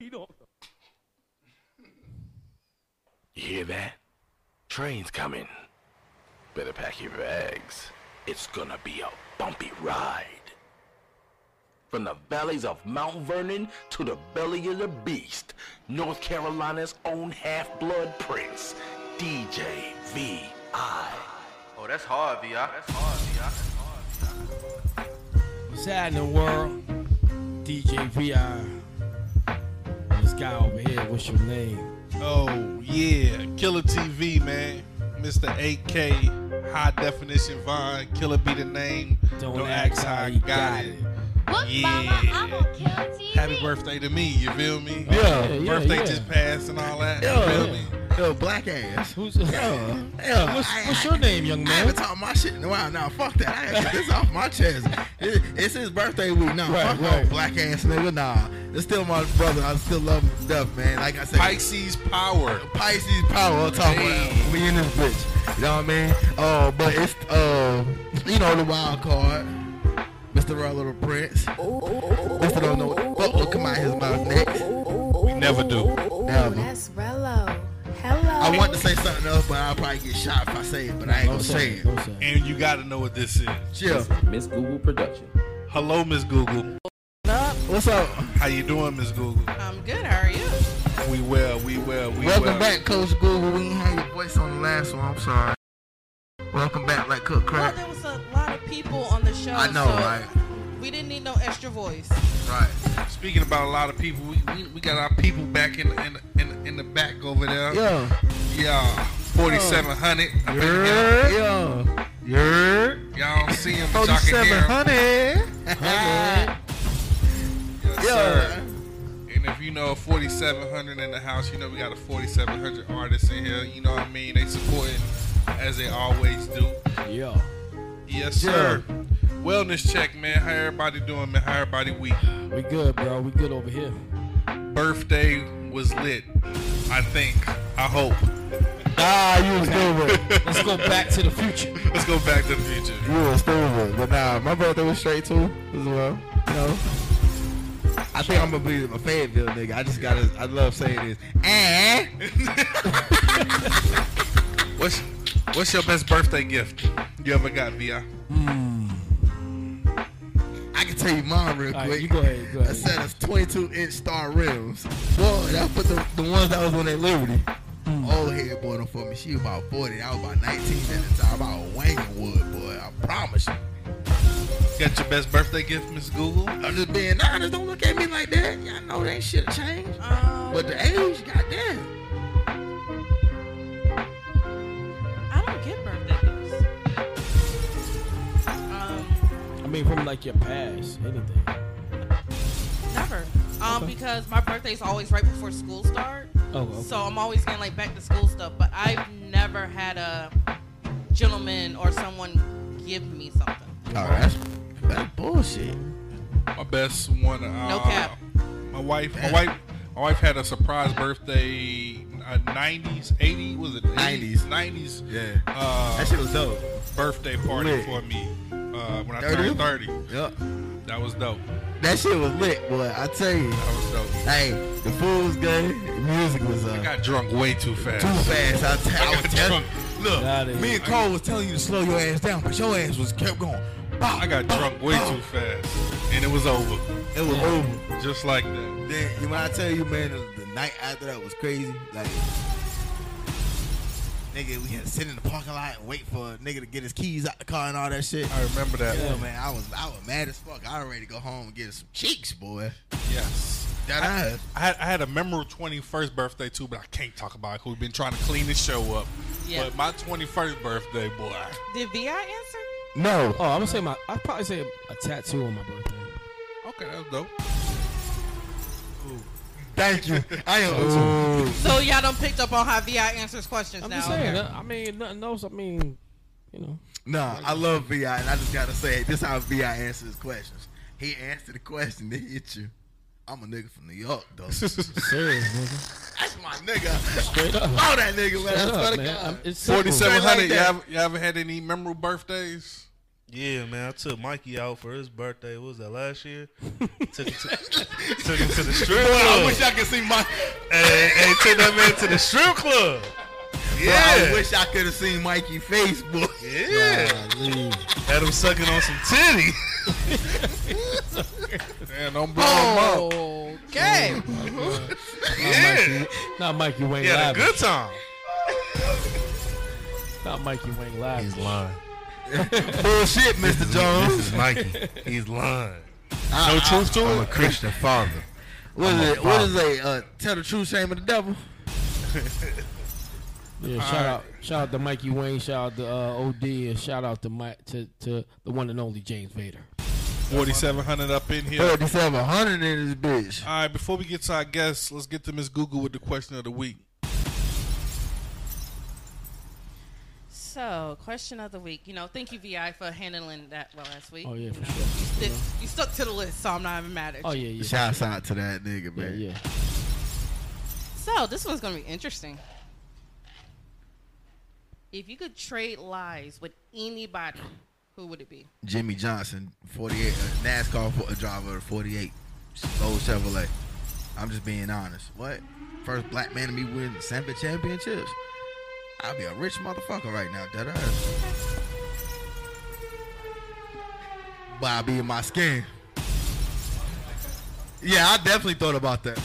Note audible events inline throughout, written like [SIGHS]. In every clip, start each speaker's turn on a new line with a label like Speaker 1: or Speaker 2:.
Speaker 1: You don't.
Speaker 2: You hear that? Train's coming. Better pack your bags. It's gonna be a bumpy ride. From the valleys of Mount Vernon to the belly of the beast, North Carolina's own half-blood prince, DJ V.I.
Speaker 3: Oh, that's hard, VI. That's hard, VI.
Speaker 4: What's happening, world? DJ VI. This guy over here, what's your name?
Speaker 5: Oh yeah, Killer TV man, Mr. AK, High Definition Vine, Killer be the name.
Speaker 4: Don't ask how you got it.
Speaker 6: Look,
Speaker 5: Yeah.
Speaker 6: Mama, I'm on Kill TV.
Speaker 5: Happy birthday to me, you feel me?
Speaker 7: Yeah,
Speaker 5: birthday just passed and all that.
Speaker 7: Yeah.
Speaker 5: You feel me?
Speaker 7: Yo, black ass.
Speaker 4: Who's [LAUGHS] yeah.
Speaker 7: Yeah,
Speaker 4: What's,
Speaker 7: I-
Speaker 4: what's
Speaker 7: I-
Speaker 4: your name, young
Speaker 7: I haven't
Speaker 4: man?
Speaker 7: talked my shit in a while. Now, fuck that. I had to get this off my chest. It- it's his birthday week. Nah,
Speaker 4: Right,
Speaker 7: fuck
Speaker 4: right.
Speaker 7: no black ass nigga. Nah, it's still my brother. I still love him to death, man. Like I said,
Speaker 5: Pisces Power.
Speaker 7: Pisces power. I'm talking about we in this bitch. You know what I mean? Uh, but it's uh, you know the wild card, Mr. Raw Little Prince. Mr. Don't know what the fuck will come out his mouth next.
Speaker 5: We never do.
Speaker 7: Never.
Speaker 6: Oh, That's Rello. Hello.
Speaker 7: I want to say something else, but I'll probably get shot if I say it. But I ain't gonna say it.
Speaker 4: Don't say it.
Speaker 5: And you gotta know what this is.
Speaker 7: Chill.
Speaker 8: Miss Google Production.
Speaker 5: Hello, Miss Google.
Speaker 9: up?
Speaker 7: What's up?
Speaker 5: How you doing, Miss Google?
Speaker 9: I'm good. How are you?
Speaker 5: We well, we well, we
Speaker 7: Welcome
Speaker 5: well.
Speaker 7: back, Coach Google. We ain't had your voice on the last one. I'm sorry. Welcome back, like Cook
Speaker 9: Well,
Speaker 7: Crack.
Speaker 9: there was a lot of people on the show.
Speaker 7: I know,
Speaker 9: so
Speaker 7: right?
Speaker 9: We didn't need no extra voice.
Speaker 7: Right.
Speaker 5: Speaking about a lot of people, we, we, we got our people back in in in, in the back over there.
Speaker 7: Yeah.
Speaker 5: Yeah, 4700. I bet you got-
Speaker 7: Yeah. Yeah.
Speaker 5: Y'all don't see him, but y'all can hear him.
Speaker 7: 4700. [LAUGHS]
Speaker 5: Yes,
Speaker 7: Yeah.
Speaker 5: sir. And if you know a 4700 in the house, you know we got a 4700 artist in here. You know what I mean? They supporting as they always do.
Speaker 4: Yeah.
Speaker 5: Yes, sir. Wellness check, man. How everybody doing, man? How everybody week?
Speaker 4: We good, bro. We good over here.
Speaker 5: Birthday was lit. I think. I hope.
Speaker 7: Ah, you was stupid.
Speaker 4: [LAUGHS] Let's go back to the future.
Speaker 5: Let's go back to the future. [LAUGHS]
Speaker 7: you was stupid. But nah, my birthday was straight too as well. You know. I think I'm gonna be a Fayetteville nigga. I just gotta. I love saying this. Eh?
Speaker 5: What's What's your best birthday gift you ever got, Vi?
Speaker 7: Hmm. I can tell you mine real
Speaker 4: All
Speaker 7: quick.
Speaker 4: right, you go ahead. Go
Speaker 7: a
Speaker 4: ahead.
Speaker 7: set of 22 inch star rims. Boy, that put the, the ones that was on that Liberty.
Speaker 4: Hmm.
Speaker 7: Old head bought them for me. She was about 40. I was about 19 at the time. I was wanging wood, boy. I promise you.
Speaker 5: Got your best birthday gift, Miss Google?
Speaker 7: I'm just being honest. Don't look at me like that. Y'all know that shit changed.
Speaker 5: Uh,
Speaker 9: Um,
Speaker 7: But the age, goddamn.
Speaker 9: I don't get birthday gifts. Um,
Speaker 4: I mean, from like your past, anything.
Speaker 9: never. Um, because my birthday's always right before school start.
Speaker 4: Oh, okay.
Speaker 9: So I'm always getting like back to school stuff. But I've never had a gentleman or someone give me something.
Speaker 7: Oh, that's, that's bullshit.
Speaker 5: My best one. Uh,
Speaker 9: No cap.
Speaker 5: My wife. My wife. My wife had a surprise birthday. Uh, 90s, 80 was it?
Speaker 7: 90s.
Speaker 5: 90s.
Speaker 7: Yeah.
Speaker 5: Uh,
Speaker 7: That shit was dope.
Speaker 5: birthday party
Speaker 7: lit.
Speaker 5: for me uh, when I
Speaker 7: 30?
Speaker 5: turned 30.
Speaker 7: Yup.
Speaker 5: That was dope.
Speaker 7: That shit was lit, boy. I tell you.
Speaker 5: That was dope.
Speaker 7: Hey, the food was good. The music was up.
Speaker 5: I got drunk way too fast.
Speaker 7: too fast. I, t- I
Speaker 5: I
Speaker 7: was
Speaker 5: got
Speaker 7: telling
Speaker 5: drunk.
Speaker 7: Look,
Speaker 4: That is-
Speaker 7: me and Cole was telling you to slow your ass down, but your ass was kept going. Bop,
Speaker 5: I got
Speaker 7: bop,
Speaker 5: drunk way
Speaker 7: bop.
Speaker 5: too fast, and it was over,
Speaker 7: It was over.
Speaker 5: just like that.
Speaker 7: Then you- when I tell you, man, the, the night after that was crazy. Like, nigga, we had to sit in the parking lot and wait for a nigga to get his keys out the car and all that shit.
Speaker 5: I remember that.
Speaker 7: Yeah, man, I was I was mad as fuck. I was ready to go home and get some cheeks, boy.
Speaker 5: Yes.
Speaker 7: That ass.
Speaker 5: I had, I had a memorable 21st birthday too, but I can't talk about it. 'cause We've been trying to clean this show up.
Speaker 9: Yeah.
Speaker 5: But my 21st birthday, boy.
Speaker 9: Did Vi answer?
Speaker 7: No.
Speaker 4: Oh, I'm gonna say my. I'd probably say a tattoo on my birthday.
Speaker 5: Okay, that's dope.
Speaker 7: Thank you. I am.
Speaker 9: So y'all done picked up on how Vi answers questions
Speaker 4: Oh. I'm
Speaker 9: now.
Speaker 4: just saying. uh, I mean, nothing else. I mean, you know.
Speaker 7: Nah, I love VI, and I just gotta say, this how VI answers questions. He answered the question, [LAUGHS] they hit you. I'm a nigga from New York, though. That's
Speaker 4: [LAUGHS] Serious, nigga.
Speaker 7: my nigga.
Speaker 4: Straight up.
Speaker 7: Oh, that nigga, man. I
Speaker 4: Shut
Speaker 7: swear
Speaker 4: up,
Speaker 7: to
Speaker 4: man.
Speaker 7: God.
Speaker 4: I'm- It's simple.
Speaker 5: 4700.
Speaker 7: Straight like
Speaker 5: you,
Speaker 7: that.
Speaker 5: ever, you ever had any memorable birthdays?
Speaker 1: Yeah, man, I took Mikey out for his birthday. What was that last
Speaker 7: [LAUGHS]
Speaker 1: year? took, him to, took him to the strip
Speaker 7: I
Speaker 1: club.
Speaker 7: wish I could see Mike.
Speaker 1: hey, hey, took that man to the strip club.
Speaker 7: I
Speaker 1: Yeah,
Speaker 7: wish I could have seen Mikey face, boy.
Speaker 1: yeah.
Speaker 4: Golly.
Speaker 1: Had him sucking on
Speaker 7: [LAUGHS]
Speaker 1: some titty. [LAUGHS]
Speaker 5: Damn, don't blow him
Speaker 9: Oh. [LAUGHS]
Speaker 5: up.
Speaker 9: Okay.
Speaker 1: Yeah,
Speaker 4: Not Mikey Wayne
Speaker 1: he had a
Speaker 4: Lavish.
Speaker 1: good time.
Speaker 4: Not Mikey Wayne Lavish.
Speaker 1: lying.
Speaker 7: Bullshit, Mr. Jones.
Speaker 1: This is Mikey. He's lying.
Speaker 7: No
Speaker 4: Ah,
Speaker 7: truth to
Speaker 1: I'm a Christian father.
Speaker 7: What is it? What is it? Uh, tell the truth, shame of the devil.
Speaker 4: Yeah, shout out, shout out to Mikey Wayne, shout out to uh, OD, and shout out to Mike to, to the one and only James Vader.
Speaker 5: 4700 up in here.
Speaker 7: Thirty-seven hundred in this bitch.
Speaker 5: All right, before we get to our guests, let's get to Miss Google with the question of the week.
Speaker 9: So, question of the week. You know, thank you, Vi, for handling that well last week.
Speaker 4: Oh, yeah,
Speaker 9: you
Speaker 4: for
Speaker 9: know,
Speaker 4: sure.
Speaker 9: You, sti- you stuck to the list, so I'm not even mad at
Speaker 4: Oh
Speaker 9: you.
Speaker 4: yeah, yeah,
Speaker 7: Shouts out to that nigga,
Speaker 4: yeah,
Speaker 7: man.
Speaker 4: yeah.
Speaker 9: So, this one's going to be interesting. If you could trade lives with anybody, who would it be?
Speaker 7: Jimmy Johnson, forty-eight, uh, NASCAR fo- driver, forty-eight, old Chevrolet. I'm just being honest. What? First black man to be win seven championships. I'd be a rich motherfucker right now, dead ass. But I'd be in my skin. Yeah, I definitely thought about that.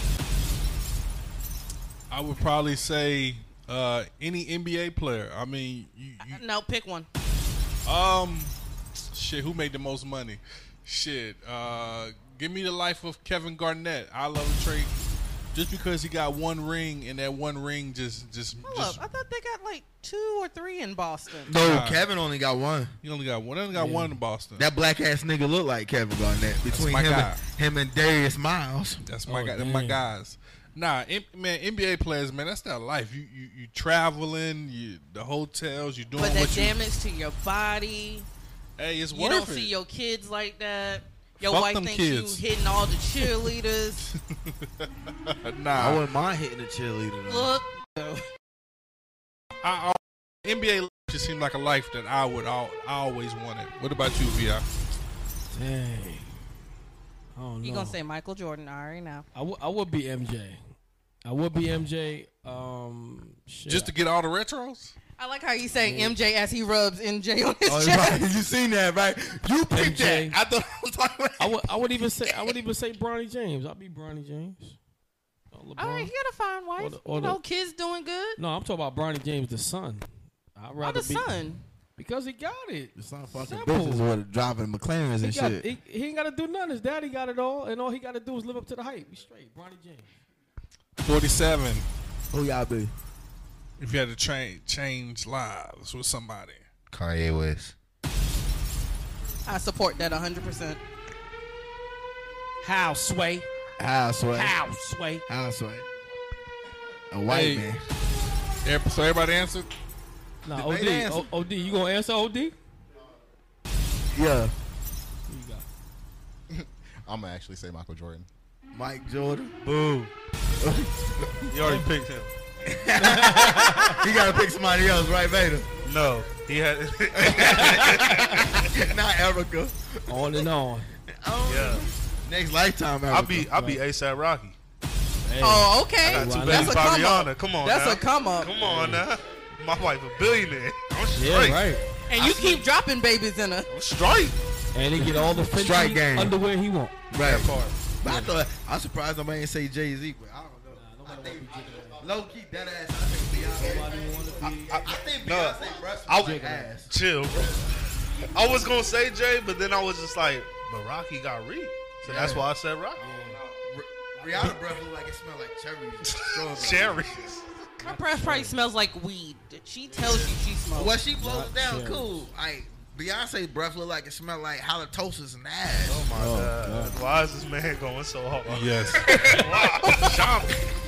Speaker 5: I would probably say uh, any NBA player. I mean, you, you,
Speaker 9: No, pick one.
Speaker 5: um, shit, who made the most money? Shit, uh, give me the life of Kevin Garnett. I love a trade just because he got one ring, and that one ring just, just,
Speaker 9: Hold
Speaker 5: just
Speaker 9: up. I thought they got like two or three in Boston.
Speaker 7: No,
Speaker 5: Nah.
Speaker 7: Kevin only got one.
Speaker 5: he only got one. He only got one in Boston.
Speaker 7: That black ass nigga look like Kevin Garnett between
Speaker 5: my
Speaker 7: him
Speaker 5: guy.
Speaker 7: and, him and Darius Miles.
Speaker 5: That's my
Speaker 4: Oh,
Speaker 5: guy, my
Speaker 4: damn.
Speaker 5: guys. Nah, M- man, NBA players, man, that's their life. You you, you traveling, you the hotels, you doing
Speaker 9: But
Speaker 5: what
Speaker 9: that
Speaker 5: you.
Speaker 9: damage to your body,
Speaker 5: hey, it's
Speaker 9: you
Speaker 5: worth
Speaker 9: don't
Speaker 5: it.
Speaker 9: see your kids like that. Your
Speaker 5: Fuck
Speaker 9: wife
Speaker 5: them
Speaker 9: thinks
Speaker 5: kids.
Speaker 9: you hitting all the cheerleaders.
Speaker 5: [LAUGHS] [LAUGHS] nah,
Speaker 7: I wouldn't mind hitting the cheerleader. though.
Speaker 9: Look,
Speaker 5: I, I- NBA life just seemed like a life that I would all, I always wanted. What about you, Vi?
Speaker 4: Dang. I don't know.
Speaker 9: you gonna say Michael Jordan? I already know.
Speaker 4: I, w- I would be MJ. I would be MJ. Um, shit.
Speaker 5: Just to get all the retros?
Speaker 9: I like how you saying MJ as he rubs MJ on his
Speaker 7: [LAUGHS] Oh,
Speaker 9: chest.
Speaker 7: right. You seen that, right? You picked
Speaker 4: MJ.
Speaker 7: that. I thought I was talking
Speaker 4: I
Speaker 7: about.
Speaker 4: would.
Speaker 7: [LAUGHS]
Speaker 4: I would even say. I would even say Bronny James. I'd be Bronny James. Or LeBron.
Speaker 9: [LAUGHS] All right, he got a fine wife.
Speaker 4: Hold up, hold
Speaker 9: you know,
Speaker 4: up.
Speaker 9: kids doing good.
Speaker 4: No, I'm talking about Bronny James, the son. I'd
Speaker 9: Oh,
Speaker 4: rather
Speaker 9: the
Speaker 4: be
Speaker 9: son.
Speaker 4: because he got it.
Speaker 7: It's not fucking
Speaker 4: Simple.
Speaker 7: business with driving McLarens
Speaker 4: He,
Speaker 7: and
Speaker 4: got,
Speaker 7: shit.
Speaker 4: he, he ain't got to do nothing. His daddy got it all, and all he got to do is live up to the hype. He's straight, Bronny James.
Speaker 5: 47.
Speaker 7: Who y'all be?
Speaker 5: If you had to cha- change lives with somebody.
Speaker 1: Kanye West.
Speaker 9: I support that 100. percent
Speaker 4: How sway?
Speaker 7: How sway?
Speaker 4: How sway?
Speaker 7: How sway? A white
Speaker 5: Hey.
Speaker 7: man.
Speaker 5: Ev- So everybody answered?
Speaker 4: Nah,
Speaker 7: Did
Speaker 4: OD,
Speaker 7: they answer?
Speaker 4: O- OD, you gonna answer OD? You
Speaker 7: Yeah.
Speaker 4: got
Speaker 8: [LAUGHS] I'm gonna actually say Michael Jordan.
Speaker 7: Mike Jordan.
Speaker 1: Boo. you already picked
Speaker 7: [LAUGHS]
Speaker 1: him.
Speaker 7: You gotta pick somebody else, right, Vader? [LAUGHS]
Speaker 1: No, he had. [LAUGHS]
Speaker 7: Not Erica. Oh.
Speaker 4: on and on.
Speaker 1: yeah,
Speaker 7: Next lifetime, Erica.
Speaker 1: I'll be I'll be ASAP Rocky.
Speaker 9: Oh, okay.
Speaker 1: Got two
Speaker 9: not?
Speaker 4: why
Speaker 1: babies by
Speaker 9: That's a come
Speaker 1: Rihanna. Come on,
Speaker 9: That's
Speaker 1: now.
Speaker 9: a come up.
Speaker 1: Come on now. My wife a billionaire. I'm straight.
Speaker 4: Yeah, right.
Speaker 9: And you keep dropping babies in her.
Speaker 1: I'm straight.
Speaker 4: And he get all the Fendi
Speaker 7: Strike game.
Speaker 4: underwear he want.
Speaker 7: right. But I thought I'm surprised nobody didn't say Jay Z, but I don't know. I think low key dead ass. I think Beyonce. I, I, I think
Speaker 1: No.
Speaker 7: Beyonce brushed
Speaker 1: I-
Speaker 7: her ass.
Speaker 1: Chill. I was gonna say Jay, but then I was just like, but Rocky got Reed, so that's
Speaker 7: Yeah.
Speaker 1: why I said Rocky.
Speaker 7: Ri- Rihanna breath look like it smelled like cherries. Strawberries.
Speaker 1: Cherries. Oh,
Speaker 9: Her breath probably smells like weed. She tells you she smokes.
Speaker 7: Well, she blows it down
Speaker 4: cherries.
Speaker 7: cool. Like Beyonce breath look like it smelled like halitosis and ass.
Speaker 5: Oh
Speaker 4: Oh.
Speaker 1: Uh, why is this man going so hard?
Speaker 5: Yes.
Speaker 7: [LAUGHS]
Speaker 5: Shout,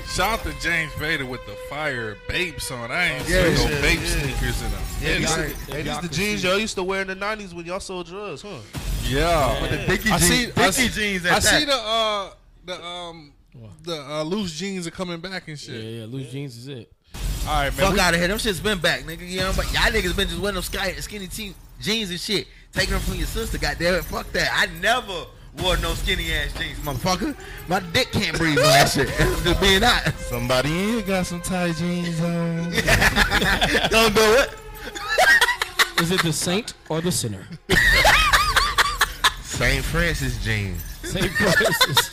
Speaker 5: shout to James Vader with the fire babe song. I ain't
Speaker 7: Yeah,
Speaker 5: seen no
Speaker 1: yeah,
Speaker 5: babe
Speaker 1: yeah.
Speaker 5: sneakers in them.
Speaker 1: Yeah, these,
Speaker 7: y'all-
Speaker 1: hey, these the jeans y'all used to wear in the '90s when y'all sold drugs, huh?
Speaker 5: Yeah.
Speaker 7: The Dickie
Speaker 5: I
Speaker 7: jeans.
Speaker 5: see-
Speaker 7: Dickie
Speaker 5: I see-
Speaker 7: jeans. At
Speaker 5: I
Speaker 7: that.
Speaker 5: see the uh the um the uh, loose jeans are coming back and
Speaker 4: Yeah,
Speaker 5: shit.
Speaker 4: yeah. Loose jeans is it.
Speaker 5: All right, man. [LAUGHS]
Speaker 7: Fuck
Speaker 5: we-
Speaker 7: out of here. Them shit's been back, nigga. You know, but y'all niggas been just wearing them sky, skinny teen, jeans and shit Taking them from your sister, goddamn it, fuck that. I never wore no skinny ass jeans, motherfucker. My dick can't breathe on
Speaker 1: [LAUGHS]
Speaker 7: that shit. Just being hot.
Speaker 8: Somebody in here got some tight jeans on.
Speaker 7: [LAUGHS] Don't do it.
Speaker 4: Is it the saint or the
Speaker 7: [LAUGHS]
Speaker 4: sinner?
Speaker 7: St. Francis jeans.
Speaker 4: [LAUGHS] Saint Francis.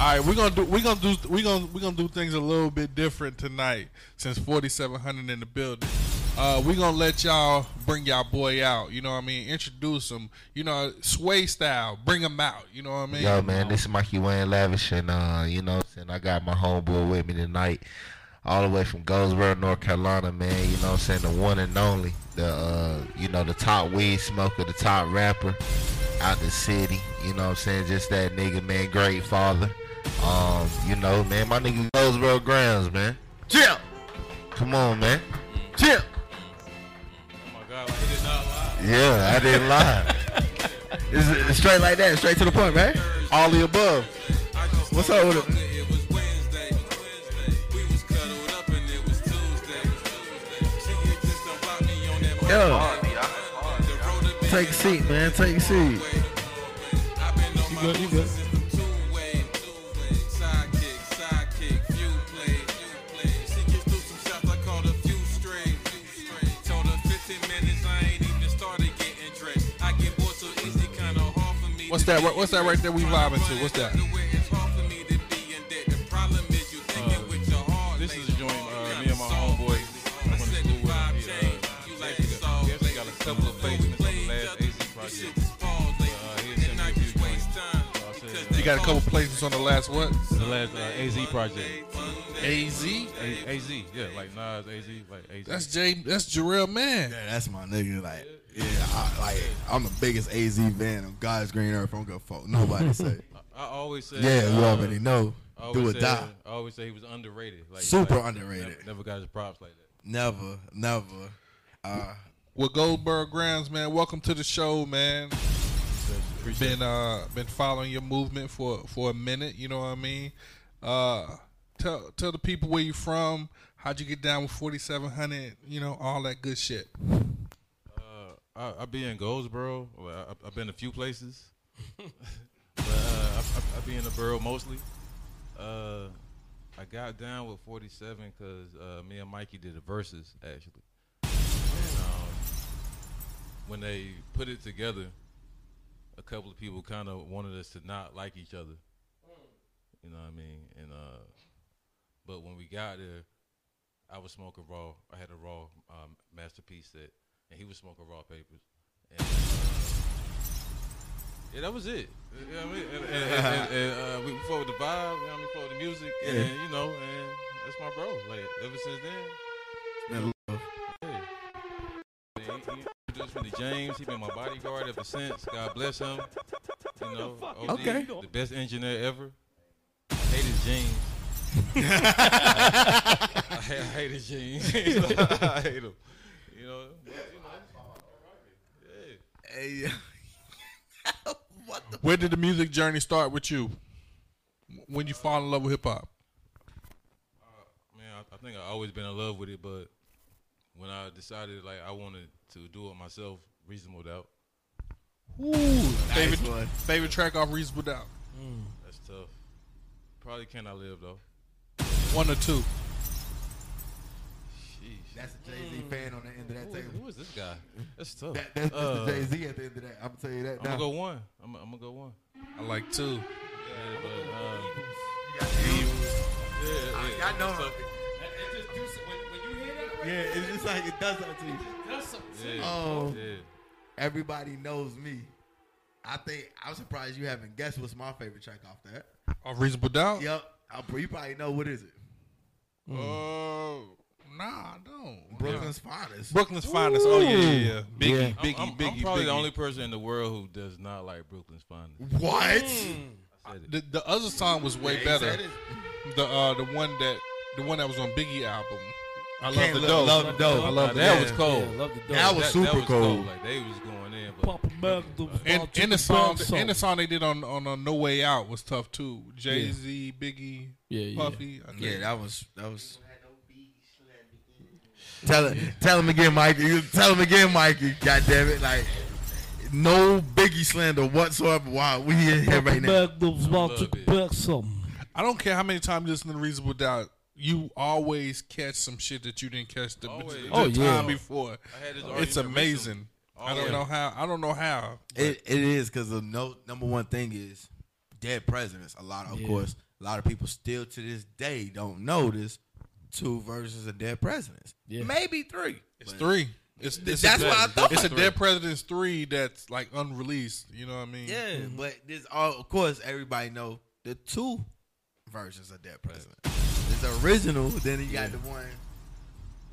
Speaker 5: All right, we're gonna do we're gonna do we're gonna we're gonna do things a little bit different tonight since 4700 in the building. Uh, we're gonna let y'all bring y'all boy out. You know what I mean? Introduce him. You know, sway style. Bring him out. You know what I mean?
Speaker 7: Yo, man, this is Mikey Wayne Lavish, and uh, you know, what I'm saying I got my homeboy with me tonight, all the way from Goldsboro, North Carolina, man. You know, what I'm saying the one and only, the uh, you know, the top weed smoker, the top rapper out the city. You know, what I'm saying just that nigga, man, great father. Um, you know, man, my nigga Goldsboro grounds, man. Chill. Come on, man. Chill. Yeah, I didn't lie. It's it's straight like that, straight to the point, man. All the above. What's up with it?
Speaker 10: It was Wednesday. We was cuddled up and it was Tuesday. She was just about me on that
Speaker 7: Yo,
Speaker 3: Hard, B.I. Hard, B.I.
Speaker 7: take a seat, man. Take a seat.
Speaker 10: I've been on my music system two-way, two-way. Sidekick, sidekick, few play, few play. She gets through some shots, I called a few straight, few straight. Told her 15 minutes, I ain't even started getting dressed. I get bored so easy, kinda hard for me
Speaker 5: What's
Speaker 10: to
Speaker 5: that?
Speaker 10: get
Speaker 5: What's that right there? We vibing to? What's that?
Speaker 10: This is a joint uh, me and my homeboy I went to school with. We, uh, we actually got a couple of placements on the last AC project. Uh, he had sent me a few joints. Uh, So I said,
Speaker 5: You got a couple placements on the last what?
Speaker 10: uh, the last uh, AZ project.
Speaker 5: AZ.
Speaker 10: A- AZ, yeah, like Nas, AZ, like AZ.
Speaker 5: That's Jay. That's Jarrell, man.
Speaker 11: Yeah, that's my nigga. Like, yeah, I, like I'm the biggest AZ fan on God's green earth. I don't give a fuck.
Speaker 7: [LAUGHS]
Speaker 11: Nobody say.
Speaker 10: [LAUGHS] I always said.
Speaker 11: Yeah, you
Speaker 10: uh,
Speaker 11: already know.
Speaker 10: I always
Speaker 11: Do or
Speaker 10: said-
Speaker 11: die.
Speaker 10: I always say he was underrated. Like,
Speaker 11: Super
Speaker 10: like,
Speaker 11: underrated.
Speaker 10: Never, never got his props like that.
Speaker 11: Never, never. Uh,
Speaker 5: With Goldberg Grounds, man. Welcome to the show, man. Been uh been following your movement for for a minute. You know what I mean. Uh, tell tell the people where you from. How'd you get down with 4700? You know all that good shit.
Speaker 10: Uh, I, I be in Goldsboro. Well, I, I've been a few places, [LAUGHS] but uh, I, I, I be in the borough mostly. Uh, I got down with 47 because uh, me and Mikey did a verses actually. And, um, when they put it together, a couple of people kind of wanted us to not like each other. You know what I mean? And uh, but when we got there, I was smoking raw. I had a raw um, masterpiece set, and he was smoking raw papers. And, uh, yeah, that was it. You know what I mean? And, and, and, and, and, uh, we followed the vibe. You know what I mean? Followed the music, and you know, and that's my bro. Like ever since then.
Speaker 11: Been
Speaker 10: Yeah. And he- he introduced me to James. He been my bodyguard ever since. God bless him. You know, OG,
Speaker 11: Okay.
Speaker 10: the best engineer ever. I hate his jeans. I, I hate his jeans. [LAUGHS] I hate him. You know, but, you know. Yeah.
Speaker 7: Hey, what the?
Speaker 5: Where did the music journey start with you? When you fall in love with hip hop?
Speaker 10: man, I, I think I always been in love with it, but when I decided like I wanted to do it myself, reasonable doubt,
Speaker 5: Ooh, favorite favorite track off Reasonable Doubt.
Speaker 10: that's tough. Probably can I live though.
Speaker 5: One or two.
Speaker 10: Sheesh.
Speaker 11: that's a Jay Z fan on the end of that
Speaker 10: Who is,
Speaker 11: table.
Speaker 10: who is this guy? That's tough.
Speaker 11: That, that's
Speaker 10: Uh,
Speaker 11: the Jay Z at the end of that. I'm gonna tell you that.
Speaker 10: I'm gonna
Speaker 11: now.
Speaker 10: go one. I'm, I'm gonna go one.
Speaker 5: I like two.
Speaker 10: Yeah, but, um, yeah, yeah,
Speaker 11: I know.
Speaker 10: that's tough.
Speaker 11: Yeah, it's just like it does that to you.
Speaker 10: Yeah,
Speaker 11: Oh.
Speaker 10: yeah.
Speaker 11: Everybody knows me. I think I'm surprised you haven't guessed what's my favorite track off that.
Speaker 5: Off Reasonable Doubt?
Speaker 11: Yep, I, you probably know what is it?
Speaker 5: Oh, nah, I don't.
Speaker 11: Brooklyn's finest.
Speaker 5: Brooklyn's finest. Oh yeah, yeah, yeah. Biggie,
Speaker 10: I'm- I'm,
Speaker 5: Biggie, Biggie.
Speaker 10: I'm probably
Speaker 5: Biggie.
Speaker 10: the only person in the world who does not like Brooklyn's finest.
Speaker 11: What?
Speaker 10: Hmm. I said it.
Speaker 5: Mm. The, the other song was way better. The uh, the one that the one that was on Biggie album. I love
Speaker 11: Can't
Speaker 5: the
Speaker 11: Love-
Speaker 5: dope.
Speaker 11: Love the Dope.
Speaker 5: I love
Speaker 10: Now,
Speaker 5: the
Speaker 10: that
Speaker 5: dope.
Speaker 10: was cold.
Speaker 4: Yeah, love the
Speaker 11: That
Speaker 4: dog.
Speaker 11: was
Speaker 10: that,
Speaker 11: super
Speaker 10: that was
Speaker 11: cold.
Speaker 10: Like they was going in, but
Speaker 4: Pump 'em up, the
Speaker 5: Uh, And,
Speaker 4: ball to
Speaker 5: and the song,
Speaker 4: bone,
Speaker 5: and the
Speaker 4: so-
Speaker 5: song they did on on uh, No Way Out was tough too. Jay Z, Biggie,
Speaker 4: Yeah, yeah.
Speaker 5: Puffy. I think.
Speaker 11: Yeah, that was that was.
Speaker 7: Tell it. Tell him again, Mikey. Tell him again, Mikey. God damn it! Like
Speaker 12: no Biggie slander whatsoever. Why we in here right now?
Speaker 5: I don't care how many times you listen to Reasonable Doubt. You always catch some shit that you didn't catch the, the
Speaker 12: Oh, yeah.
Speaker 5: time before.
Speaker 10: I had this
Speaker 5: It's
Speaker 10: argument
Speaker 5: amazing.
Speaker 10: recently.
Speaker 5: I don't
Speaker 10: Yeah.
Speaker 5: know how. I don't know how.
Speaker 7: It, it is because the no, number one thing is dead presidents. A lot, of
Speaker 5: Yeah.
Speaker 7: course, a lot of people still to this day don't know this. Two versions of dead presidents. Maybe three.
Speaker 5: It's three. It's,
Speaker 7: Th-
Speaker 5: it's
Speaker 7: that's
Speaker 5: a,
Speaker 7: what I thought.
Speaker 5: It's a
Speaker 7: Three.
Speaker 5: Dead Presidents three that's like unreleased. You know what I mean?
Speaker 7: Yeah, but this all of course everybody know the two versions of dead president. It's the original, then you got the one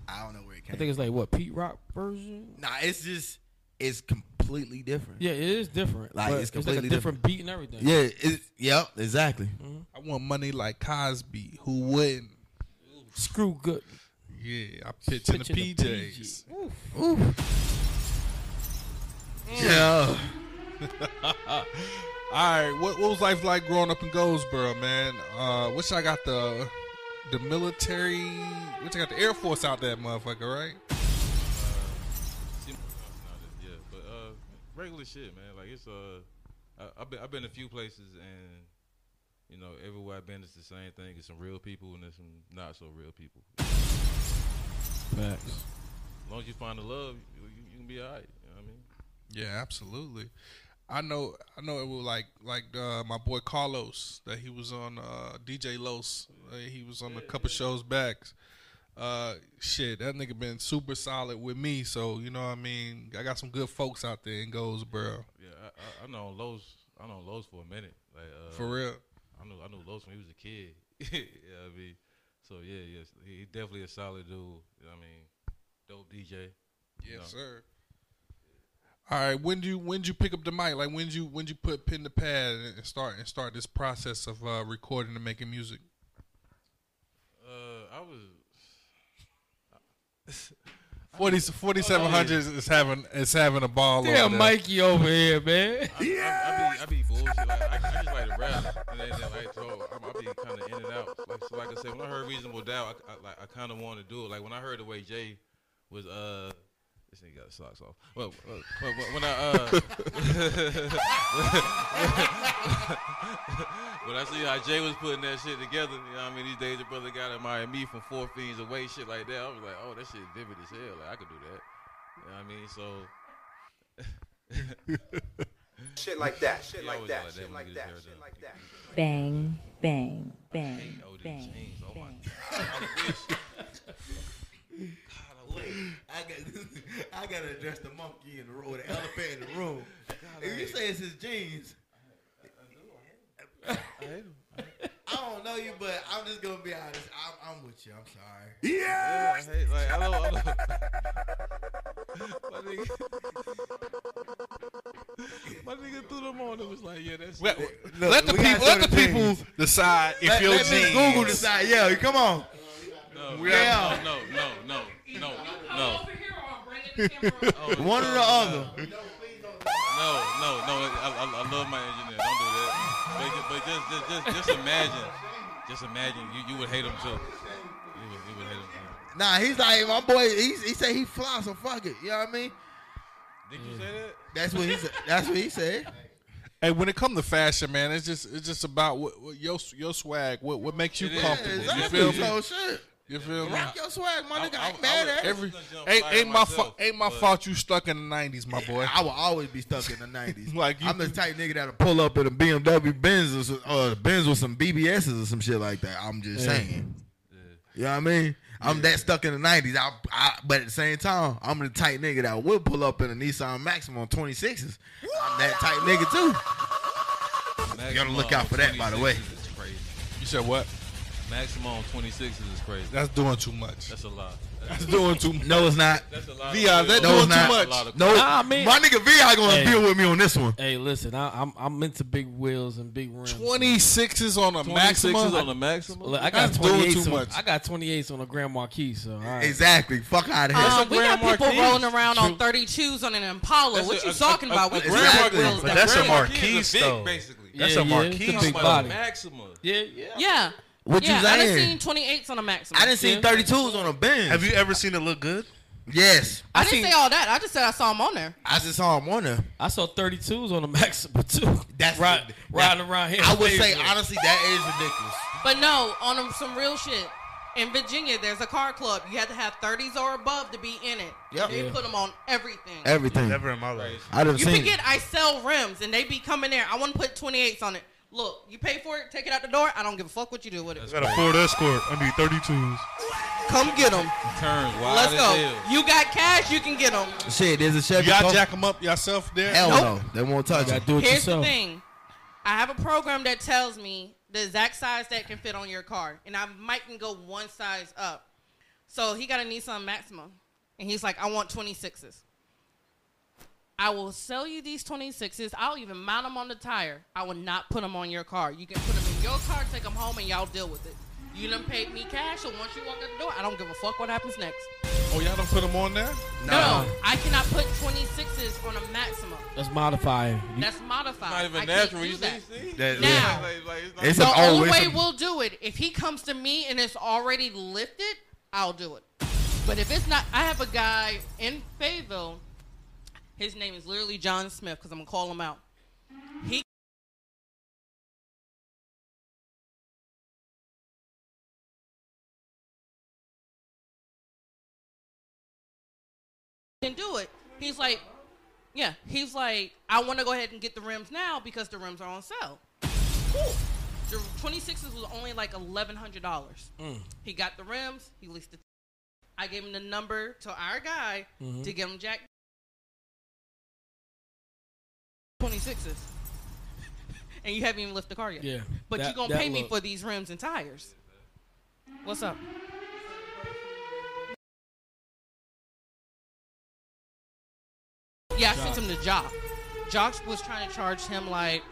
Speaker 7: I don't know where it came
Speaker 4: I think it's like what Pete Rock version.
Speaker 7: Nah, it's just it's completely different.
Speaker 4: Yeah, it is different.
Speaker 7: Like
Speaker 4: but
Speaker 7: it's
Speaker 4: like a
Speaker 7: completely
Speaker 4: different, beat and everything. Mm-hmm.
Speaker 7: Yeah, it, yep, exactly.
Speaker 5: I want money like Cosby. Who wouldn't?
Speaker 4: Screw good.
Speaker 5: Yeah, I pitch in the
Speaker 4: Pitch in the
Speaker 5: PJs.
Speaker 4: PJs.
Speaker 5: Yeah. [LAUGHS] All right. What, what was life like growing up in Goldsboro, man? Uh, wish I got the the military. Wish I got the Air Force out that motherfucker, right?
Speaker 10: Yeah, but uh, regular shit, man. Like it's uh, I, I've been I've been a few places, and you know, everywhere I've been, it's the same thing. It's some real people, and there's some not so real people.
Speaker 4: Facts.
Speaker 10: As long as you find the love, you, you, you can be alright. You know what I mean?
Speaker 5: Yeah, absolutely. I know, I know. It was like, like uh, my boy Carlos that he was on uh, DJ Los. Uh, he was on a couple shows back. Uh, shit, that nigga been super solid with me. So you know, what I mean, I got some good folks out there in Goldsboro.
Speaker 10: Yeah, I, I, I know Lowe's. I know Lowe's for a minute. Like uh,
Speaker 5: For real?
Speaker 10: I knew I knew Lowe's when he was a kid. [LAUGHS] yeah, I mean, so yeah, yes, he he definitely a solid dude. You know what I mean, dope DJ. you
Speaker 5: Yes,
Speaker 10: know?
Speaker 5: sir. All right, when do you when did you pick up the mic? Like when did you when did you put pen to pad and and start and start this process of uh, recording and making music?
Speaker 10: Uh, I was.
Speaker 5: 40, 4700 is having is having a ball. over
Speaker 4: Damn,
Speaker 5: there.
Speaker 4: Mikey over here, man.
Speaker 10: I, I, I be I be bullshit. Like, I, I just like to rap, and then, then like so I'm, I be kind of in and out. Like so, like I said, when I heard Reasonable Doubt, I, I like I kind of wanted to do it. Like when I heard the way Jay was uh. This nigga got his socks off. Well, uh, [LAUGHS] well, well, when I uh, when I see how Jay was putting that shit together, you know what I mean? These days, your brother got to admire me from four fiends away, shit like that. I was like, oh, that shit vivid as hell. Like I could do that. You know what I mean? So [LAUGHS]
Speaker 1: Shit like that, shit
Speaker 10: He
Speaker 1: like
Speaker 10: always
Speaker 1: that,
Speaker 10: like that
Speaker 1: shit
Speaker 10: when
Speaker 1: like
Speaker 10: you
Speaker 1: that,
Speaker 10: get his
Speaker 1: shit
Speaker 10: hair
Speaker 1: like that.
Speaker 13: Bang, bang,
Speaker 10: I hate
Speaker 13: bang,
Speaker 10: OD
Speaker 13: bang,
Speaker 10: James. Oh my
Speaker 13: bang.
Speaker 10: God. I wish. God, I wish.
Speaker 7: I got I gotta address the monkey in the room, the elephant in the room. [LAUGHS] if you say it's [LAUGHS] his jeans,
Speaker 10: I hate him.
Speaker 7: I don't know you, but I'm just gonna be honest. I'm, I'm with you. I'm sorry.
Speaker 10: Yeah, I hate, like, I don't, I don't, my nigga,
Speaker 7: [LAUGHS]
Speaker 10: my nigga threw them on. It was like, yeah, that's
Speaker 5: Well,
Speaker 10: it.
Speaker 5: let the
Speaker 10: we gotta
Speaker 5: people let
Speaker 10: show
Speaker 5: the
Speaker 10: the
Speaker 5: people
Speaker 10: jeans.
Speaker 5: decide if
Speaker 10: Let-
Speaker 5: your
Speaker 10: let Miss
Speaker 5: jeans.
Speaker 10: Google decide.
Speaker 7: Yeah, come on.
Speaker 10: No,
Speaker 5: We
Speaker 10: no,
Speaker 5: gotta-
Speaker 10: no, no, no, no, no.
Speaker 7: One or the other.
Speaker 10: No, no, no. I, I, I love my engineer. Don't do that. But, ju- but just, just, just, just imagine, just imagine. You, you would hate him too. You would, you would hate him too.
Speaker 7: Nah, he's like my boy. He's, he said he fly, so fuck it. You know what I mean?
Speaker 10: Did you say that?
Speaker 7: That's what he said. That's what he said.
Speaker 5: Hey, when it comes to fashion, man, it's just it's just about what, what your your swag, what what makes you
Speaker 7: It is.
Speaker 5: comfortable.
Speaker 7: Yeah,
Speaker 5: You
Speaker 7: exactly.
Speaker 5: feel me?
Speaker 7: So, shit.
Speaker 5: You feel me?
Speaker 7: Rock your swag, my nigga. I, ain't
Speaker 5: I
Speaker 7: mad
Speaker 5: would-
Speaker 7: at it.
Speaker 5: every ain't, ain't my fault. Ain't my
Speaker 7: but-
Speaker 5: fault. You stuck in the nineties, my boy. I
Speaker 7: will always be stuck in the
Speaker 5: [LAUGHS]
Speaker 7: nineties.
Speaker 5: like you,
Speaker 7: I'm the type nigga that'll pull up in a BMW Benz or some, uh, Benz with some BBSs or some shit like that. I'm just
Speaker 5: Yeah.
Speaker 7: saying. You know what I mean? I'm that stuck in the nineties. I, I, but at the same time, I'm the type nigga that will pull up in a Nissan Maxima on 26s. I'm that type nigga too. You gotta look out for that, by the way.
Speaker 5: You said what?
Speaker 10: Maximum 26 is crazy.
Speaker 5: That's doing too much.
Speaker 10: That's a lot.
Speaker 5: That's
Speaker 10: [LAUGHS]
Speaker 5: doing too much.
Speaker 7: No, it's not.
Speaker 10: That's a lot.
Speaker 5: VR,
Speaker 10: of-
Speaker 5: that
Speaker 7: No, it's
Speaker 5: doing too
Speaker 7: not.
Speaker 5: much.
Speaker 7: No,
Speaker 4: Nah, I mean-
Speaker 7: my nigga VI gonna
Speaker 4: Hey.
Speaker 7: deal with me on this one.
Speaker 4: Hey, listen, I, I'm I'm into big wheels and big rims.
Speaker 5: 26s on a
Speaker 10: 26s
Speaker 5: maximum.
Speaker 10: on a maximum?
Speaker 4: Look, I got
Speaker 5: That's doing
Speaker 4: 28s
Speaker 5: too
Speaker 4: on-
Speaker 5: much.
Speaker 4: I got 28s on a Grand Marquis. So all right.
Speaker 7: Exactly. Fuck out of here.
Speaker 4: Uh,
Speaker 9: Um, we got people
Speaker 4: Marquis.
Speaker 9: rolling around on 32s on an Impala.
Speaker 4: That's
Speaker 9: what
Speaker 4: a-
Speaker 9: you
Speaker 4: a-
Speaker 9: talking
Speaker 4: a-
Speaker 9: about?
Speaker 4: a
Speaker 9: We
Speaker 4: Grand
Speaker 9: just-
Speaker 4: Marquis. But
Speaker 9: Grand
Speaker 4: that's a
Speaker 9: Marquis
Speaker 4: Marquis
Speaker 9: is
Speaker 4: though.
Speaker 9: big,
Speaker 10: basically.
Speaker 4: That's a Marquis
Speaker 10: Talking
Speaker 4: body.
Speaker 10: about a Maxima.
Speaker 4: Yeah, yeah.
Speaker 9: Yeah.
Speaker 7: What you
Speaker 9: yeah, I done seen
Speaker 7: saying?
Speaker 9: 28s on a maximum.
Speaker 7: I didn't see 32s on a Benz.
Speaker 14: Have you ever seen it look good?
Speaker 7: Yes.
Speaker 9: I, didn't say all that. I just said I saw him on there.
Speaker 7: I just saw him on there.
Speaker 4: I saw 32s on the Maxima too.
Speaker 7: That's
Speaker 4: right. Riding around here.
Speaker 7: I would say honestly that is ridiculous.
Speaker 9: But no, on them- some real shit. In Virginia, there's a car club. You have to have 30s or above to be in it.
Speaker 7: Yep.
Speaker 9: They
Speaker 7: Yeah.
Speaker 9: put them on everything.
Speaker 7: Everything.
Speaker 1: Never in my life.
Speaker 7: I done
Speaker 9: You
Speaker 7: seen.
Speaker 9: forget I sell rims and they be coming there. I want to put 28s on it. Look, you pay for it, take it out the door. I don't give a fuck what you do with it.
Speaker 1: Got a Ford Escort. I need 32s.
Speaker 9: Come get them.
Speaker 10: Turns wide
Speaker 9: Let's
Speaker 10: as
Speaker 9: go.
Speaker 10: hell.
Speaker 9: You got cash, you can get them.
Speaker 7: Shit, there's a Chevy.
Speaker 5: Y'all
Speaker 7: Col-
Speaker 5: jack them up yourself there?
Speaker 7: Hell no, they won't touch it.
Speaker 9: Here's the thing. I have a program that tells me the exact size that can fit on your car, and I might can go one size up. So he got a Nissan Maxima, and he's like, I want 26s. I will sell you these 26s. I'll even mount them on the tire. I will not put them on your car. You can put them in your car, take them home, and y'all deal with it. You done paid me cash, so once you walk out the door, I don't give a fuck what happens next.
Speaker 5: Oh, y'all don't put them on there?
Speaker 9: No, I cannot put 26s on a Maxima.
Speaker 4: That's modifying.
Speaker 9: That's modified.
Speaker 10: Not even
Speaker 9: I Can't
Speaker 10: natural,
Speaker 9: do
Speaker 10: you see-
Speaker 9: that.
Speaker 10: see?
Speaker 7: That-
Speaker 9: now,
Speaker 7: yeah.
Speaker 10: Like- like, it's
Speaker 7: not- It's
Speaker 9: the
Speaker 7: an- oh,
Speaker 9: only
Speaker 7: it's
Speaker 9: way
Speaker 7: a-
Speaker 9: we'll do it if he comes to me and it's already lifted. I'll do it. But if it's not, I have a guy in Fayetteville. His name is literally John Smith because I'm gonna call him out. He can do it. He's like, yeah. He's like, I want to go ahead and get the rims now because the rims are on sale. Cool. The 26s was only like $1,100.
Speaker 6: [LAUGHS]
Speaker 4: Mm.
Speaker 9: He got the rims. He leased the. I gave him the number to our guy
Speaker 4: Mhm.
Speaker 9: to get him Jack 26s. and you haven't even lifted the car yet.
Speaker 4: Yeah,
Speaker 9: But
Speaker 4: that-
Speaker 9: you're going to
Speaker 4: that
Speaker 9: pay me
Speaker 4: look.
Speaker 9: for these rims and tires. What's up? Yeah, I
Speaker 4: Jock.
Speaker 9: sent him to Jock. Jock was trying to charge him like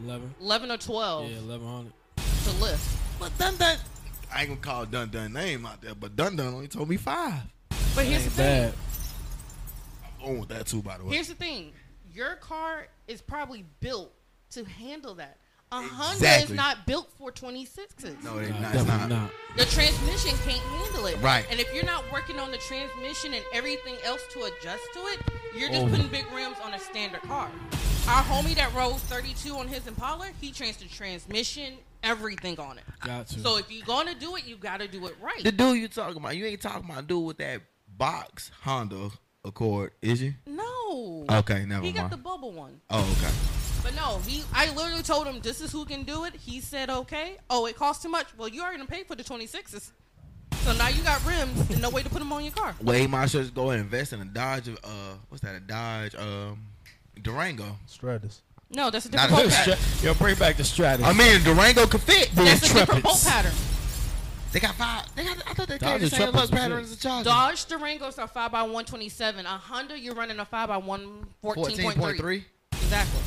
Speaker 4: 11.
Speaker 9: 11 or 12
Speaker 4: Yeah, 1100.
Speaker 9: to lift.
Speaker 7: But Dun Dun, I ain't gonna call Dun Dun name out there, but Dun Dun only told me five.
Speaker 9: But here's the thing.
Speaker 7: I'm on with that too, by the way.
Speaker 9: Here's the thing. Your car is probably built to handle that. A Honda is
Speaker 7: Exactly.
Speaker 9: not built for 26s.
Speaker 7: no, they not, it's not.
Speaker 9: The transmission can't handle it.
Speaker 7: Right.
Speaker 9: And if you're not working on the transmission and everything else to adjust to it, you're just
Speaker 7: Oh.
Speaker 9: putting big rims on a standard car. Our homie that rode 32 on his Impala, he changed the transmission, everything on it.
Speaker 4: Got to.
Speaker 9: So if you're gonna do it, you gotta do it right.
Speaker 7: The dude you talking about, you ain't talking about dude with that box Honda Accord, is you?
Speaker 9: No.
Speaker 7: Okay, never
Speaker 9: He got
Speaker 7: mind.
Speaker 9: the bubble one.
Speaker 7: Oh, okay.
Speaker 9: But no, he. I literally told him this is who can do it. He said okay. Oh, it costs too much. Well, you are gonna pay for the 26s. So now you got rims and no way to put them on your car.
Speaker 7: Well, he might as well just go and invest in a Dodge. Uh, what's that? A Dodge um, Durango.
Speaker 1: Stratus.
Speaker 9: No, that's a
Speaker 7: Not
Speaker 9: different bolt
Speaker 7: a-
Speaker 9: pattern.
Speaker 4: Yo, bring back the strategy.
Speaker 7: I mean, Durango could fit.
Speaker 9: That's a different bolt pattern.
Speaker 7: They got five. They got. I thought they
Speaker 4: Dodge
Speaker 7: carried the same
Speaker 4: Intrepid's
Speaker 7: look
Speaker 4: some
Speaker 7: pattern
Speaker 4: shit.
Speaker 7: as a Charger.
Speaker 9: Dodge Durangos are five by one twenty seven. A Honda, you're running a five by one fourteen point three. Exactly.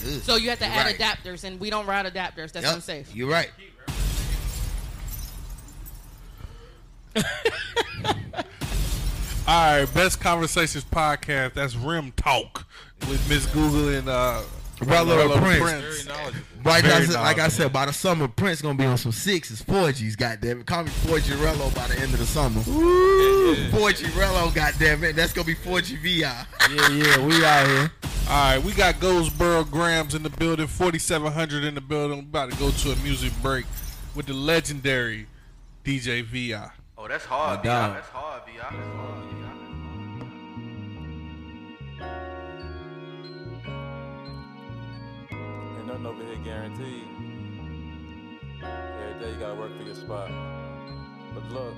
Speaker 7: Ugh,
Speaker 9: So you have to
Speaker 7: you're
Speaker 9: add
Speaker 7: right.
Speaker 9: adapters, and we don't ride adapters. That's
Speaker 7: Yup,
Speaker 9: unsafe.
Speaker 7: You're right.
Speaker 5: All right, best conversations podcast. That's Rim Talk with Miss Google and uh,
Speaker 7: Brother
Speaker 5: Rello
Speaker 7: Prince.
Speaker 5: Very
Speaker 7: Right, I said- like I
Speaker 5: knowledgeable.
Speaker 7: said, by the summer, Prince gonna be on some sixes, four Gs. Goddamn it, call me four G Rello by the end of the summer. Woo, four G Rello. Goddamn it, that's gonna be four G VI.
Speaker 4: yeah, yeah, we out here.
Speaker 5: All right, we got Goldsboro Grams in the building, 4700 in the building. We're about to go to a music break with the legendary DJ VI.
Speaker 3: Oh, that's hard,
Speaker 5: My
Speaker 3: VI.
Speaker 5: dog.
Speaker 3: That's hard, VI. That's hard, VI.
Speaker 10: Ain't nothing over here guaranteed. Every day you gotta work for your spot. But look,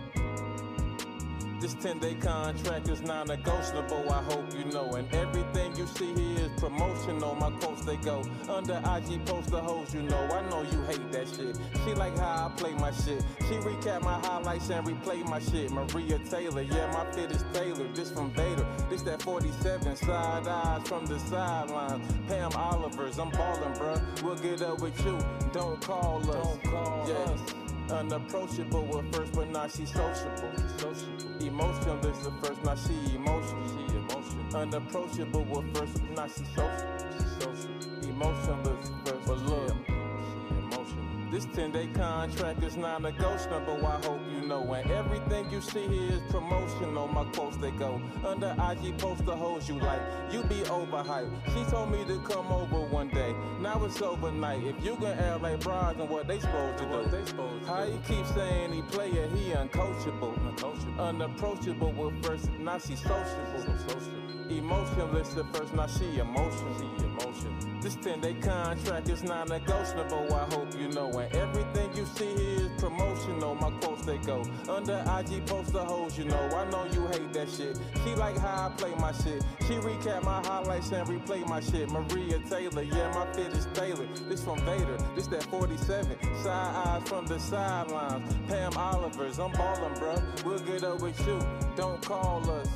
Speaker 10: this 10 day contract is non negotiable, I hope you know. And everything you see here is promotional. My quotes they go under IG post the hoes, you know. I know you hate that shit. She like how I play my shit. She recap my highlights and replay my shit. Maria Taylor, yeah, my fit is tailored. This from Vader, this that 47. Side eyes from the sidelines. Pam Oliver's, I'm ballin', bruh. We'll get up with you. Don't call us. Don't call yeah. Unapproachable at first, but now she's sociable. sociable. Emotional is the first, now she emotional. She emotional. Unapproachable at first, now she's social. She's social. Emotional is the first, but look, she emotional. This 10 day contract is non negotiable, I hope you know. And everything you see here is promotional. My quotes they go under IG poster hoes you like. You be overhyped. She told me to come over one day. Now it's overnight. If you can act like bras and what they supposed to do. They supposed How he keep saying he player, he uncoachable. Unapproachable with first, now she sociable. Emotionless at first, now she emotional. This 10 day contract is non negotiable, I hope you know. And everything you see here is promotional, my quotes they go. Under IG poster hoes, you know. I know you hate that shit. She like how I play my shit. She recap my highlights and replay my shit. Maria Taylor, yeah, my fit is Taylor. This from Vader, this that 47. Side eyes from the sidelines. Pam Oliver's, I'm ballin', bruh. We'll get up with you. Don't call us.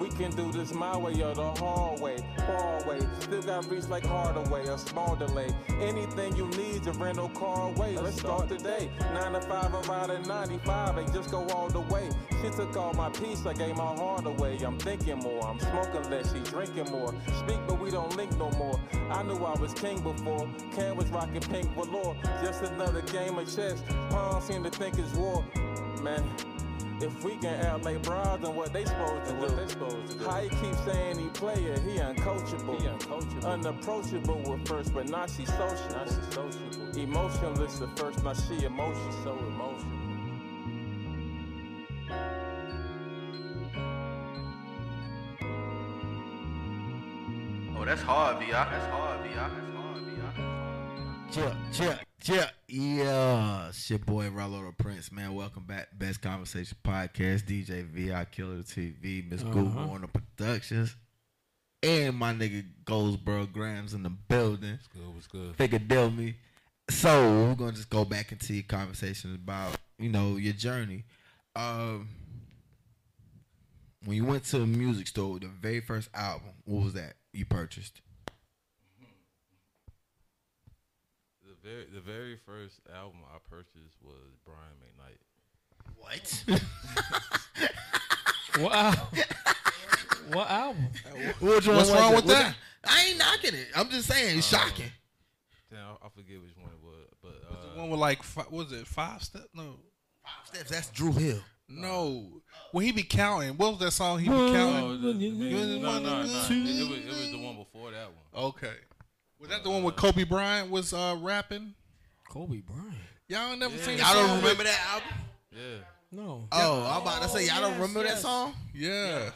Speaker 10: We can do this my way or the hallway, far away. Still got reach like Hardaway, a small delay. Anything you need to rental car away. Let's start today. Nine to five, I'm out at 95 and just go all the way. She took all my peace, I gave my heart away. I'm thinking more, I'm smoking less, she drinking more. Speak, but we don't link no more. I knew I was king before. Cam was rocking pink velour. Just another game of chess. Pawn seem to think it's war. Man, if we can act like bras and what they supposed to do. How he keep saying he player, he uncoachable. Unapproachable with first, but now she social. Emotionless at first, now she emotion. So emotional.
Speaker 3: Oh, that's hard, VI. That's hard, VI. That's hard, VI.
Speaker 7: Check, check, check. Yeah, it's your boy Rollo the Prince, man. Welcome back, Best Conversation Podcast. DJ VI Killer TV, Miss
Speaker 15: Uh-huh.
Speaker 7: Google on the productions, and my nigga Goldsboro Grams in the building. What's
Speaker 16: good? What's good?
Speaker 7: Figure deal me. So we're gonna just go back into your conversation about you know your journey. Um, when you went to a music store, the very first album, what was that you purchased?
Speaker 16: The very the very first album I purchased was Brian McKnight.
Speaker 4: What? wow. what album?
Speaker 7: Which one What's was wrong it? with Was that?
Speaker 16: I
Speaker 7: ain't knocking it. I'm just saying,
Speaker 5: Uh,
Speaker 7: it's shocking.
Speaker 16: [LAUGHS] Damn, I- I forget which one it was, but
Speaker 5: The
Speaker 16: uh,
Speaker 5: one with like fi- what was it five steps? No, five
Speaker 7: steps. That's Drew Hill.
Speaker 5: No, when he be counting, what was that song he be
Speaker 16: One,
Speaker 5: counting?
Speaker 16: the- the main- no, no, no. It,
Speaker 5: Two.
Speaker 16: it was, it was the one before that one.
Speaker 5: Okay, was that the one with Kobe Bryant was uh, rapping?
Speaker 4: Kobe Bryant.
Speaker 5: Y'all ain't never
Speaker 16: Yeah.
Speaker 5: seen.
Speaker 16: Y'all
Speaker 5: the
Speaker 16: don't
Speaker 5: song
Speaker 16: remember
Speaker 5: with-
Speaker 16: that album? Yeah.
Speaker 4: No.
Speaker 7: Oh, I'm about to say, y'all don't
Speaker 16: Yes,
Speaker 7: remember that
Speaker 16: yes.
Speaker 7: song?
Speaker 5: Yeah.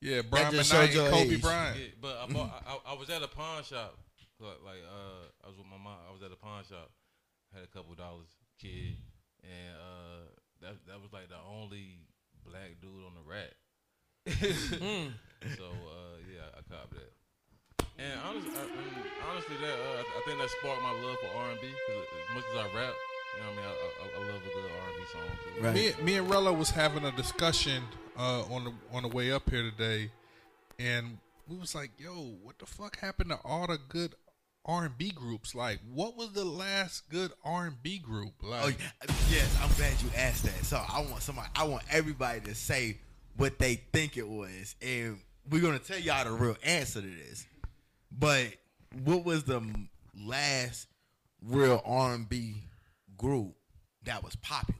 Speaker 5: Yeah,
Speaker 7: That
Speaker 5: Brian
Speaker 7: just
Speaker 5: McKnight
Speaker 7: showed your
Speaker 5: and Kobe
Speaker 7: age.
Speaker 5: Bryant. Mm-hmm.
Speaker 16: Yeah, but I, bought, I, I was at a pawn shop. Like, like, uh, I was with my mom. I was at a pawn shop. Had a couple dollars, kid, and uh, that that was like the only black dude on the rack.
Speaker 7: Mm.
Speaker 16: [LAUGHS] So uh, yeah, I copped that. And honestly, I, I- honestly, that uh, I- I think that sparked my love for R and B. As much as I rap, you know what I mean. I, I, I love a good R and B song. too.
Speaker 5: Me, me and Rella was having a discussion uh, on the on the way up here today, and we was like, "Yo, what the fuck happened to all the good R and B groups? Like, what was the last good R and B group? Like,
Speaker 7: Oh, yeah. yes, I'm glad you asked that. So I want somebody, I want everybody to say what they think it was, and we're gonna tell y'all the real answer to this. But what was the m- last real R&B group that was popular?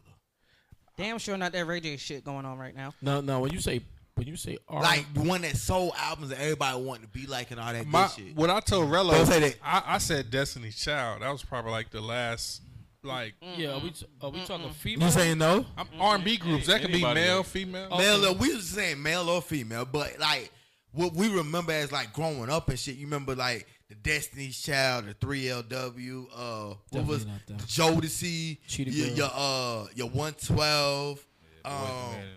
Speaker 9: Damn sure not that Ray J shit going on right now.
Speaker 4: No, no. When you say when you say R,
Speaker 7: Like the one that sold albums that everybody wanted to be like and all that
Speaker 5: my,
Speaker 7: good shit.
Speaker 5: what I told Rella,
Speaker 7: Don't say that.
Speaker 5: I, I said Destiny's Child. That was probably like the last, like,
Speaker 4: yeah, are we t- are we talking female?
Speaker 7: You saying no?
Speaker 5: I'm R&B groups. That could be
Speaker 7: Anybody
Speaker 5: male,
Speaker 7: that-
Speaker 5: female.
Speaker 7: Male, or- we was saying male or female, but like what we remember as like growing up and shit. You remember like the Destiny's Child, the Three LW, uh, what
Speaker 4: Definitely
Speaker 7: was
Speaker 4: not them.
Speaker 7: Jodeci,
Speaker 4: Cheetah
Speaker 7: your,
Speaker 4: Girl.
Speaker 7: your uh, your one twelve.
Speaker 16: Boyz II
Speaker 7: um,
Speaker 16: Men and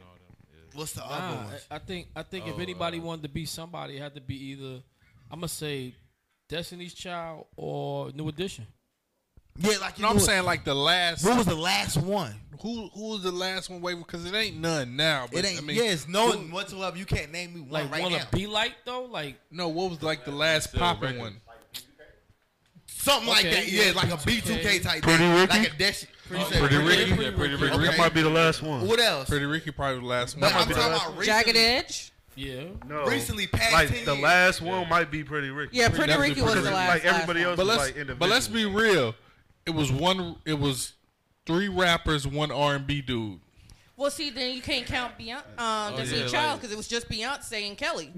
Speaker 7: what's the other
Speaker 4: Nah,
Speaker 7: one?
Speaker 4: I I think I think if
Speaker 16: Oh,
Speaker 4: anybody wanted to be somebody, it had to be either I'm gonna say Destiny's Child or New Edition.
Speaker 7: Yeah, like
Speaker 5: No, I'm saying like the last.
Speaker 4: What was the
Speaker 7: last one?
Speaker 5: Who who was the last one? Wait, because it ain't none now. But,
Speaker 7: It ain't.
Speaker 5: I mean,
Speaker 7: yeah, it's no
Speaker 5: who-
Speaker 7: one whatsoever. You can't name me one
Speaker 5: Like,
Speaker 7: right
Speaker 5: wanna
Speaker 7: now.
Speaker 4: Be like though, like
Speaker 5: no, what was like the last popping
Speaker 7: records.
Speaker 5: one?
Speaker 7: Something like
Speaker 5: Okay,
Speaker 7: that. Yeah,
Speaker 5: yeah,
Speaker 7: like a
Speaker 5: B2K.
Speaker 7: B2K type.
Speaker 5: Pretty
Speaker 7: thing.
Speaker 5: Ricky?
Speaker 7: Like a Destiny.
Speaker 5: Pretty Ricky? Yeah, Pretty Ricky. That might be the last one.
Speaker 7: What else?
Speaker 5: Pretty Ricky probably the last one.
Speaker 7: But I'm talking about recently.
Speaker 9: Jagged Edge.
Speaker 4: Yeah.
Speaker 1: No.
Speaker 7: Recently past
Speaker 1: Like
Speaker 7: 10
Speaker 1: the
Speaker 7: years.
Speaker 1: last one might be Pretty Ricky.
Speaker 9: Yeah, Pretty Ricky was the
Speaker 1: Because,
Speaker 9: last-
Speaker 1: Like everybody
Speaker 9: last
Speaker 1: else
Speaker 5: But
Speaker 1: was
Speaker 5: let's
Speaker 1: like individual.
Speaker 5: but let's be real. It was one. It was three rappers, one R and B dude.
Speaker 9: Well, see, then you can't count Beyonce, um,
Speaker 5: Oh,
Speaker 9: Destiny
Speaker 5: yeah,
Speaker 9: Child
Speaker 5: like-
Speaker 9: because it was just Beyonce and
Speaker 5: [LAUGHS]
Speaker 9: Kelly.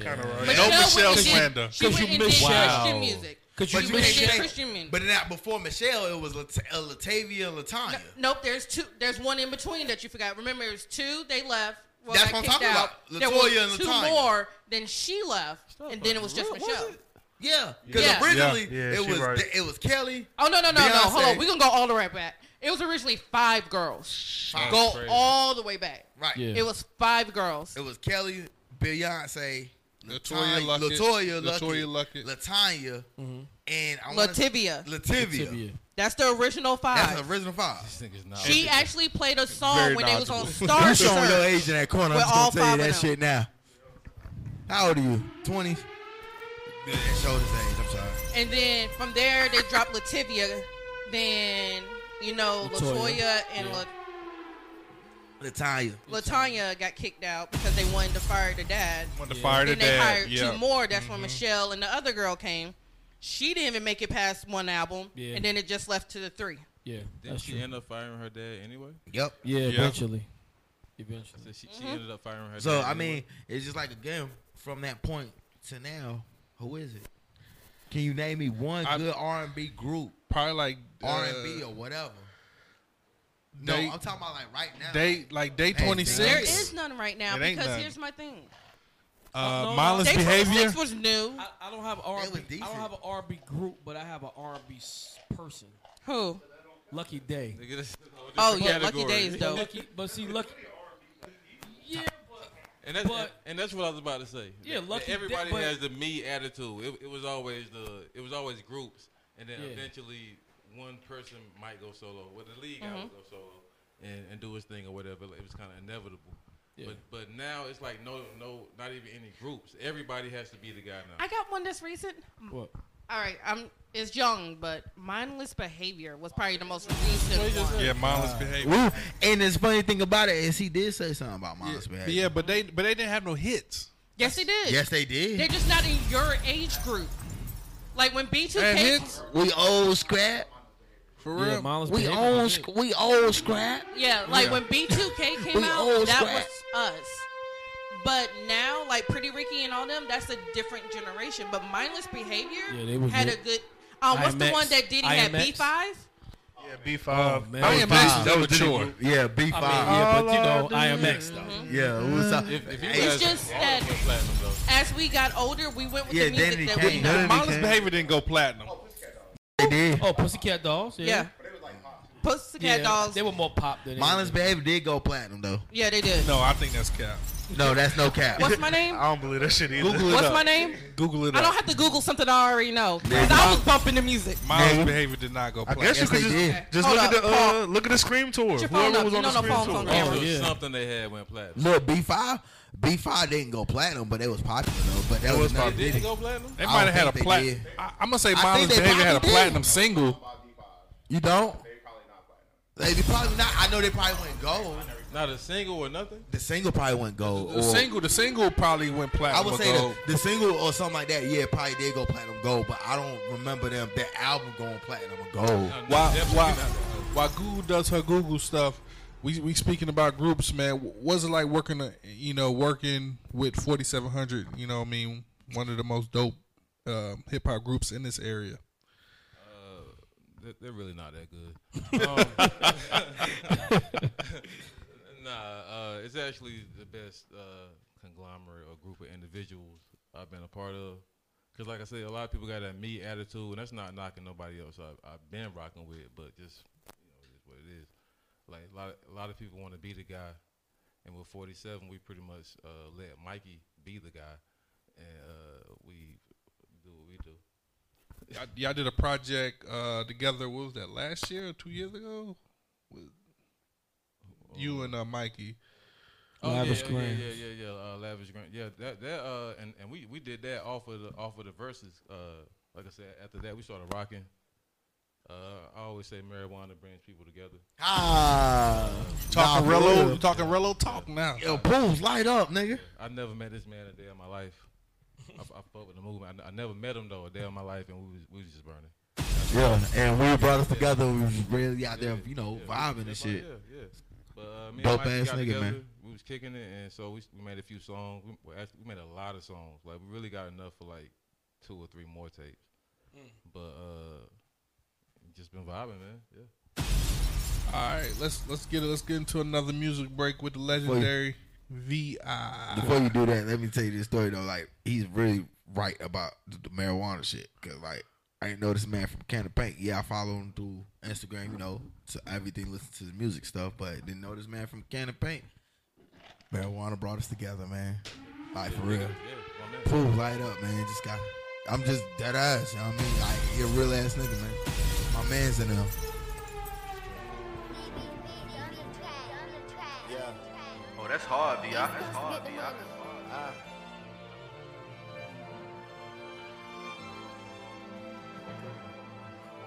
Speaker 5: Kind of right.
Speaker 9: But Michelle
Speaker 5: No Michelle
Speaker 9: went and did-
Speaker 5: slander.
Speaker 9: she went and did Christian music.
Speaker 7: But
Speaker 9: She
Speaker 7: you
Speaker 9: went
Speaker 7: can't
Speaker 9: and did
Speaker 7: say-
Speaker 9: Christian music.
Speaker 7: But not before Michelle, it was Lat- uh, Latavia and Latanya.
Speaker 9: Nope, there's two. There's one in between that you forgot. Remember, it was two. They left. Well,
Speaker 7: That's
Speaker 9: got
Speaker 7: what I'm
Speaker 9: kicked
Speaker 7: talking
Speaker 9: out.
Speaker 7: about,
Speaker 9: There
Speaker 7: Latoya
Speaker 9: was
Speaker 7: and
Speaker 9: two
Speaker 7: Latanya.
Speaker 9: more. Then she left, and then it was just Michelle.
Speaker 7: Yeah, because
Speaker 9: Yeah.
Speaker 7: originally
Speaker 1: Yeah. Yeah,
Speaker 7: it
Speaker 1: she
Speaker 7: was
Speaker 1: right.
Speaker 7: it was Kelly.
Speaker 9: Oh no no no no! Hold on,
Speaker 7: Beyonce.
Speaker 9: we're gonna go all the way back. It was originally five girls.
Speaker 7: That's
Speaker 9: Go
Speaker 7: crazy.
Speaker 9: all the way back.
Speaker 7: Right. Yeah.
Speaker 9: It was five girls.
Speaker 7: It was Kelly, Beyonce,
Speaker 5: Latoya
Speaker 7: Latoya,
Speaker 5: Luckett.
Speaker 7: Latoya,
Speaker 5: Latoya
Speaker 7: Luckett, Latanya,
Speaker 1: Mm-hmm.
Speaker 7: and I wanna-
Speaker 9: Lativia.
Speaker 7: Lativia.
Speaker 9: That's the original five.
Speaker 7: That's the original five.
Speaker 9: She actually played a song
Speaker 7: Very
Speaker 9: Oh, when they was on
Speaker 7: knowledgeable.
Speaker 9: Star
Speaker 7: [LAUGHS] You showing
Speaker 9: Search.
Speaker 7: your age in that corner. I'm
Speaker 9: with
Speaker 7: just gonna
Speaker 9: all
Speaker 7: tell you
Speaker 9: five oh. of
Speaker 7: that
Speaker 9: them.
Speaker 7: shit now. How old are you? Twenties. Showed his age. I'm sorry.
Speaker 9: And then from there they dropped Lativia, then you know
Speaker 7: Latoya.
Speaker 9: Latoya, and
Speaker 7: Yeah.
Speaker 9: La-
Speaker 7: Latanya.
Speaker 9: um, Latanya got kicked out because they wanted to fire the dad.
Speaker 5: Wanted to fire the
Speaker 9: then they
Speaker 5: dad,
Speaker 9: hired
Speaker 5: yeah.
Speaker 9: two more. That's when Michelle and the other girl came. She didn't even make it past one album,
Speaker 10: Yeah.
Speaker 9: and then it just left to the three.
Speaker 4: Yeah,
Speaker 10: Didn't
Speaker 4: that's
Speaker 10: she
Speaker 4: true.
Speaker 10: end up firing her dad anyway?
Speaker 7: Yep.
Speaker 4: Yeah,
Speaker 10: Yeah.
Speaker 4: eventually. Eventually.
Speaker 10: So she, she ended up firing her
Speaker 7: So
Speaker 10: dad.
Speaker 7: I
Speaker 10: anyway.
Speaker 7: mean, it's just like again from that point to now. Who is it? Can you name me one good R and B group?
Speaker 5: Probably like uh,
Speaker 7: R and B or whatever. No,
Speaker 5: They-
Speaker 7: I'm talking about like right now.
Speaker 5: They like day twenty
Speaker 9: There
Speaker 5: six.
Speaker 9: is none right now
Speaker 5: It ain't
Speaker 9: because
Speaker 5: none.
Speaker 9: here's my thing. Oh,
Speaker 5: Uh,
Speaker 4: No, no,
Speaker 5: Milo's
Speaker 4: they from
Speaker 5: behavior.
Speaker 4: Six
Speaker 9: was new.
Speaker 4: I, I don't have R. I don't
Speaker 7: decent.
Speaker 4: have an R&B group, but I have an R&B s- person.
Speaker 5: Oh,
Speaker 9: Who?
Speaker 4: Lucky Day.
Speaker 10: [LAUGHS]
Speaker 9: Oh, yeah, Lucky Day is dope.
Speaker 4: Lucky, but see, Lucky. Yeah, but
Speaker 10: And that's,
Speaker 4: But-
Speaker 10: and that's what I was about to say.
Speaker 4: Yeah, Lucky Day-
Speaker 10: Everybody
Speaker 4: but-
Speaker 10: has the me attitude. It, it was always the it was always groups, and then
Speaker 4: Yeah.
Speaker 10: eventually one person might go solo. With the league, I
Speaker 4: Mhm.
Speaker 9: Mm-hmm.
Speaker 10: would go solo and, and do his thing or whatever. It was kind of inevitable.
Speaker 4: Yeah.
Speaker 10: But but now it's like no no not even any groups. Everybody has to be the guy now.
Speaker 9: I got one that's recent.
Speaker 4: What?
Speaker 9: All right, I'm. It's young, but mindless behavior was probably the most recent one.
Speaker 5: Yeah, mindless behavior.
Speaker 7: Woo. And the funny thing about it is he did say something about Miles behavior.
Speaker 5: Yeah, but they but they didn't have no hits.
Speaker 9: Yes, they did.
Speaker 7: Yes, they did.
Speaker 9: They're just not in your age group. Like when
Speaker 7: And
Speaker 9: B2K.
Speaker 7: hits. We old scrap.
Speaker 5: For
Speaker 4: Yeah, real. Miles
Speaker 7: we
Speaker 4: behavior
Speaker 7: old.
Speaker 4: was
Speaker 7: sc- We old scrap.
Speaker 9: Yeah, like
Speaker 7: Yeah.
Speaker 9: when
Speaker 7: [LAUGHS]
Speaker 9: B2K came
Speaker 7: We
Speaker 9: out,
Speaker 7: old
Speaker 9: that
Speaker 7: scrap.
Speaker 9: was us. But now, like Pretty Ricky and all them, that's a different generation. But mindless behavior
Speaker 4: Yeah, they was
Speaker 9: had
Speaker 4: lit.
Speaker 9: a good. Um, what's the
Speaker 4: IMX.
Speaker 9: one that Diddy had?
Speaker 4: IMX?
Speaker 9: B5.
Speaker 1: Yeah, B five.
Speaker 4: Oh, man. I am Max is immature.
Speaker 7: Yeah, B five.
Speaker 4: yeah, but you know, I am X though.
Speaker 7: Yeah, it was. uh,
Speaker 10: If, if you
Speaker 7: Hey,
Speaker 10: guys,
Speaker 9: It's just
Speaker 10: all
Speaker 9: that
Speaker 10: of us platinum though.
Speaker 9: as we got older, we went with
Speaker 7: Yeah,
Speaker 9: the music
Speaker 7: Danny
Speaker 9: that we
Speaker 7: Kane.
Speaker 9: know.
Speaker 7: Danny
Speaker 5: Milo's
Speaker 7: Kane.
Speaker 5: behavior didn't go platinum.
Speaker 7: They did.
Speaker 4: Oh, Pussycat Dolls. Yeah.
Speaker 9: Yeah. Pussycat
Speaker 4: Yeah,
Speaker 9: Dolls.
Speaker 4: They were more pop than
Speaker 7: Miles behavior did go platinum though.
Speaker 9: Yeah, they did.
Speaker 5: No, I think that's cap.
Speaker 7: No, that's no cap.
Speaker 9: What's my
Speaker 5: [LAUGHS]
Speaker 9: name?
Speaker 1: I don't believe that shit either.
Speaker 7: Google it
Speaker 9: What's
Speaker 7: up.
Speaker 9: my name?
Speaker 5: Google it
Speaker 9: I don't
Speaker 5: up.
Speaker 9: have to Google something I already know. 'Cause
Speaker 5: Yeah.
Speaker 9: I was bumping the music.
Speaker 5: Miles behavior did not go
Speaker 1: I
Speaker 5: platinum.
Speaker 1: guess you could just, just
Speaker 9: Hold
Speaker 1: look at
Speaker 9: up,
Speaker 1: the uh, look at the scream tour.
Speaker 9: Put your phone
Speaker 1: Whoever
Speaker 9: up.
Speaker 1: was
Speaker 9: You
Speaker 1: on the
Speaker 9: know no
Speaker 1: scream
Speaker 9: phones
Speaker 1: tour.
Speaker 9: on
Speaker 10: Oh,
Speaker 9: camera.
Speaker 10: it was something they had went platinum.
Speaker 7: Look, B five, B five didn't go platinum, but it was popular though. But that
Speaker 5: It
Speaker 7: was,
Speaker 5: was popular.
Speaker 7: another
Speaker 10: Did
Speaker 7: Diddy.
Speaker 10: it go platinum?
Speaker 5: They
Speaker 7: I
Speaker 5: might
Speaker 7: don't
Speaker 5: have had a
Speaker 7: think they
Speaker 5: platinum.
Speaker 7: did.
Speaker 5: I'm gonna say
Speaker 7: I think
Speaker 5: Miles
Speaker 7: they
Speaker 5: behavior had a
Speaker 7: probably did.
Speaker 5: platinum single.
Speaker 7: You don't? They probably not. I know they probably went gold.
Speaker 10: Not a single or nothing.
Speaker 7: The single probably went gold.
Speaker 5: The
Speaker 7: or-
Speaker 5: single, the single probably went
Speaker 7: I
Speaker 5: platinum.
Speaker 7: would
Speaker 5: or
Speaker 7: say
Speaker 5: gold.
Speaker 7: the, the single or something like that. Yeah, probably did go platinum gold, but I don't remember them that album going platinum or gold.
Speaker 5: While, while, while Google does her Google stuff, we we speaking about groups, man. Was it like working, uh, you know, working with forty seven hundred? You know, what I mean, one of the most dope um, hip hop groups in this area.
Speaker 10: Uh, They're, they're really not that good. Um, [LAUGHS] nah, uh, it's actually the best uh, conglomerate or group of individuals I've been a part of. Cause like I said, a lot of people got that me attitude, and that's not knocking nobody else I've, I've been rocking with, but just you know, it is what it is. Like a lot, a lot of people want to be the guy, and with 47, we pretty much uh, let Mikey be the guy, and uh, we do what we do.
Speaker 5: Y'all, y'all did a project uh, together. What was that last year or two years ago? With you and uh, Mikey.
Speaker 10: Oh
Speaker 4: Lavish
Speaker 10: yeah,
Speaker 4: Grand.
Speaker 10: yeah, yeah, yeah, yeah, uh, lavish grant. Yeah, that that uh, and, and we, we did that off of the off of the verses. Uh, like I said, after that we started rocking. Uh, I always say marijuana brings people together.
Speaker 7: Ah,
Speaker 5: Talking
Speaker 7: nah, for
Speaker 5: Rello,
Speaker 7: real.
Speaker 5: talking Rello talk now.
Speaker 7: Yo, booms light up, nigga.
Speaker 10: I never met this man a day in my life. I, I fuck with the movement. I, I never met him though a day in my life, and we was, we was just burning.
Speaker 7: Yeah, and we brought us together. We was really out there, you know, vibing and shit.
Speaker 10: Yeah, yeah. But uh, me and
Speaker 7: Dope
Speaker 10: Mikey
Speaker 7: ass
Speaker 10: got
Speaker 7: nigga,
Speaker 10: together.
Speaker 7: man.
Speaker 10: We was kicking it, and so we, we made a few songs. We, well, actually, we made a lot of songs. Like we really got enough for like two or three more tapes. But uh, just been vibing, man. Yeah.
Speaker 5: All right, let's let's get it. Let's get into another music break with the legendary Vi.
Speaker 7: Before you do that, let me tell you this story though. Like he's really right about the, the marijuana shit. Cause like I ain't know this man from Can of Paint. Yeah, I follow him through Instagram. You know, to everything, listen to the music stuff. But didn't know this man from Can of Paint. Marijuana brought us together, man. Like for real. Proof light up, man. Just got. I'm just dead ass. You know what I mean? Like you're a real ass nigga, man. My man's in there.
Speaker 3: Oh, that's hard, B.I. That's hard, B.I. That's hard.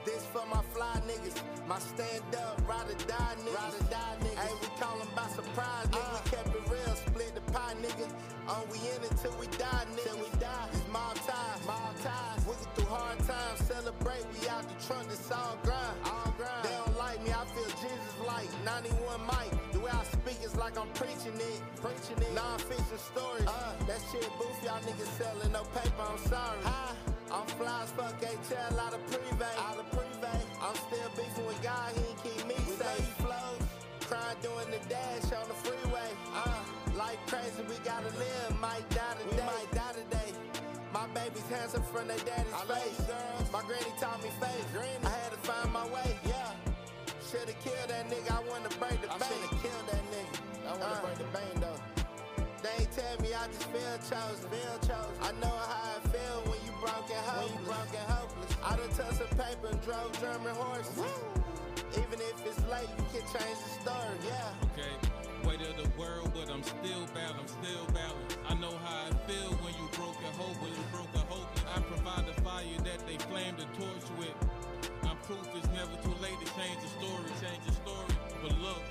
Speaker 17: This for my fly niggas, my stand up, ride or die niggas. Ride or die niggas. Uh. Hey, we call 'em by surprise, nigga. we kept it real, split the pie, nigga. On we in it till we die, nigga. Till we die. It's mob ties, mob ties. We get through hard times, celebrate. We out the trunk, it's all grind. All grind. They don't like me, I feel Jesus like 91 Mike. The way I speak is like I'm preaching it, preaching it. Non-fiction stories. Uh, that shit boof, y'all niggas selling no paper. I'm sorry. I'm fly as fuck, HL out of Privé. Uh. Out of Privé. I'm still beefing with God, he ain't keep me we safe. Know he flows. Crying doing the dash on the freeway. Uh, life crazy, we gotta live. Might die today. We might die today. My baby's handsome from their daddy's face. My granny taught me faith. I had to find my way. Yeah. Should've killed that nigga. I wanted to break the Uh. I Should've killed that nigga. I wanted to break the bang though. They ain't tell me I just feel chosen. Feel chosen. I know how it feel when you broke and hopeless. When you broke and hopeless. I done took some paper and drove German horses. Even if it's late, you can change the story. Yeah.
Speaker 18: okay? Weight of the world, but I'm still bound, I'm still bound. I know how I feel when you broke a hope, when you broke a hope. I provide the fire that they flame the torch with. I'm proof it's never too late to change the story, change the story. But look,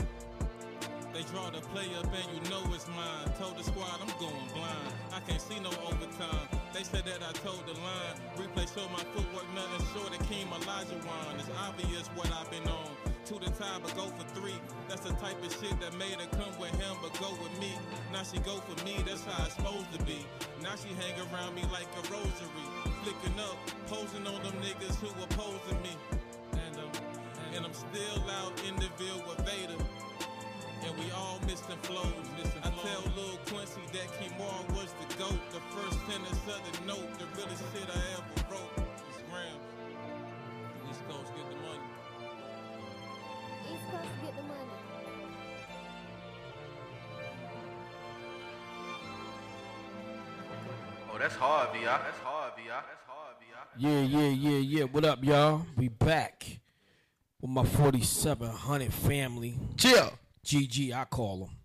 Speaker 18: they draw the play up and you know it's mine. Told the squad I'm going blind. I can't see no overtime. They said that I told the line. Replay show my footwork, nothing short of King Elijah wine. It's obvious what I've been on. Two to tie, but go for three. That's the type of shit that made her come with him, but go with me. Now she go for me, that's how it's supposed to be. Now she hang around me like a rosary. Flicking up, posing on them niggas who opposing me. And, um, and I'm still out in the ville with Vader. And we all missing flows. I tell Lil Quincy that Kimura was the GOAT. The first sentence of the note, the realest shit I ever wrote. It's Graham. East Coast get the money.
Speaker 6: East Coast get the money.
Speaker 3: Oh, that's hard, B.I. That's hard, B.I. That's hard, B.I.
Speaker 4: Yeah, yeah, yeah, yeah. What up, y'all? We back with my 4700 family.
Speaker 7: Chill.
Speaker 4: GG, I call them.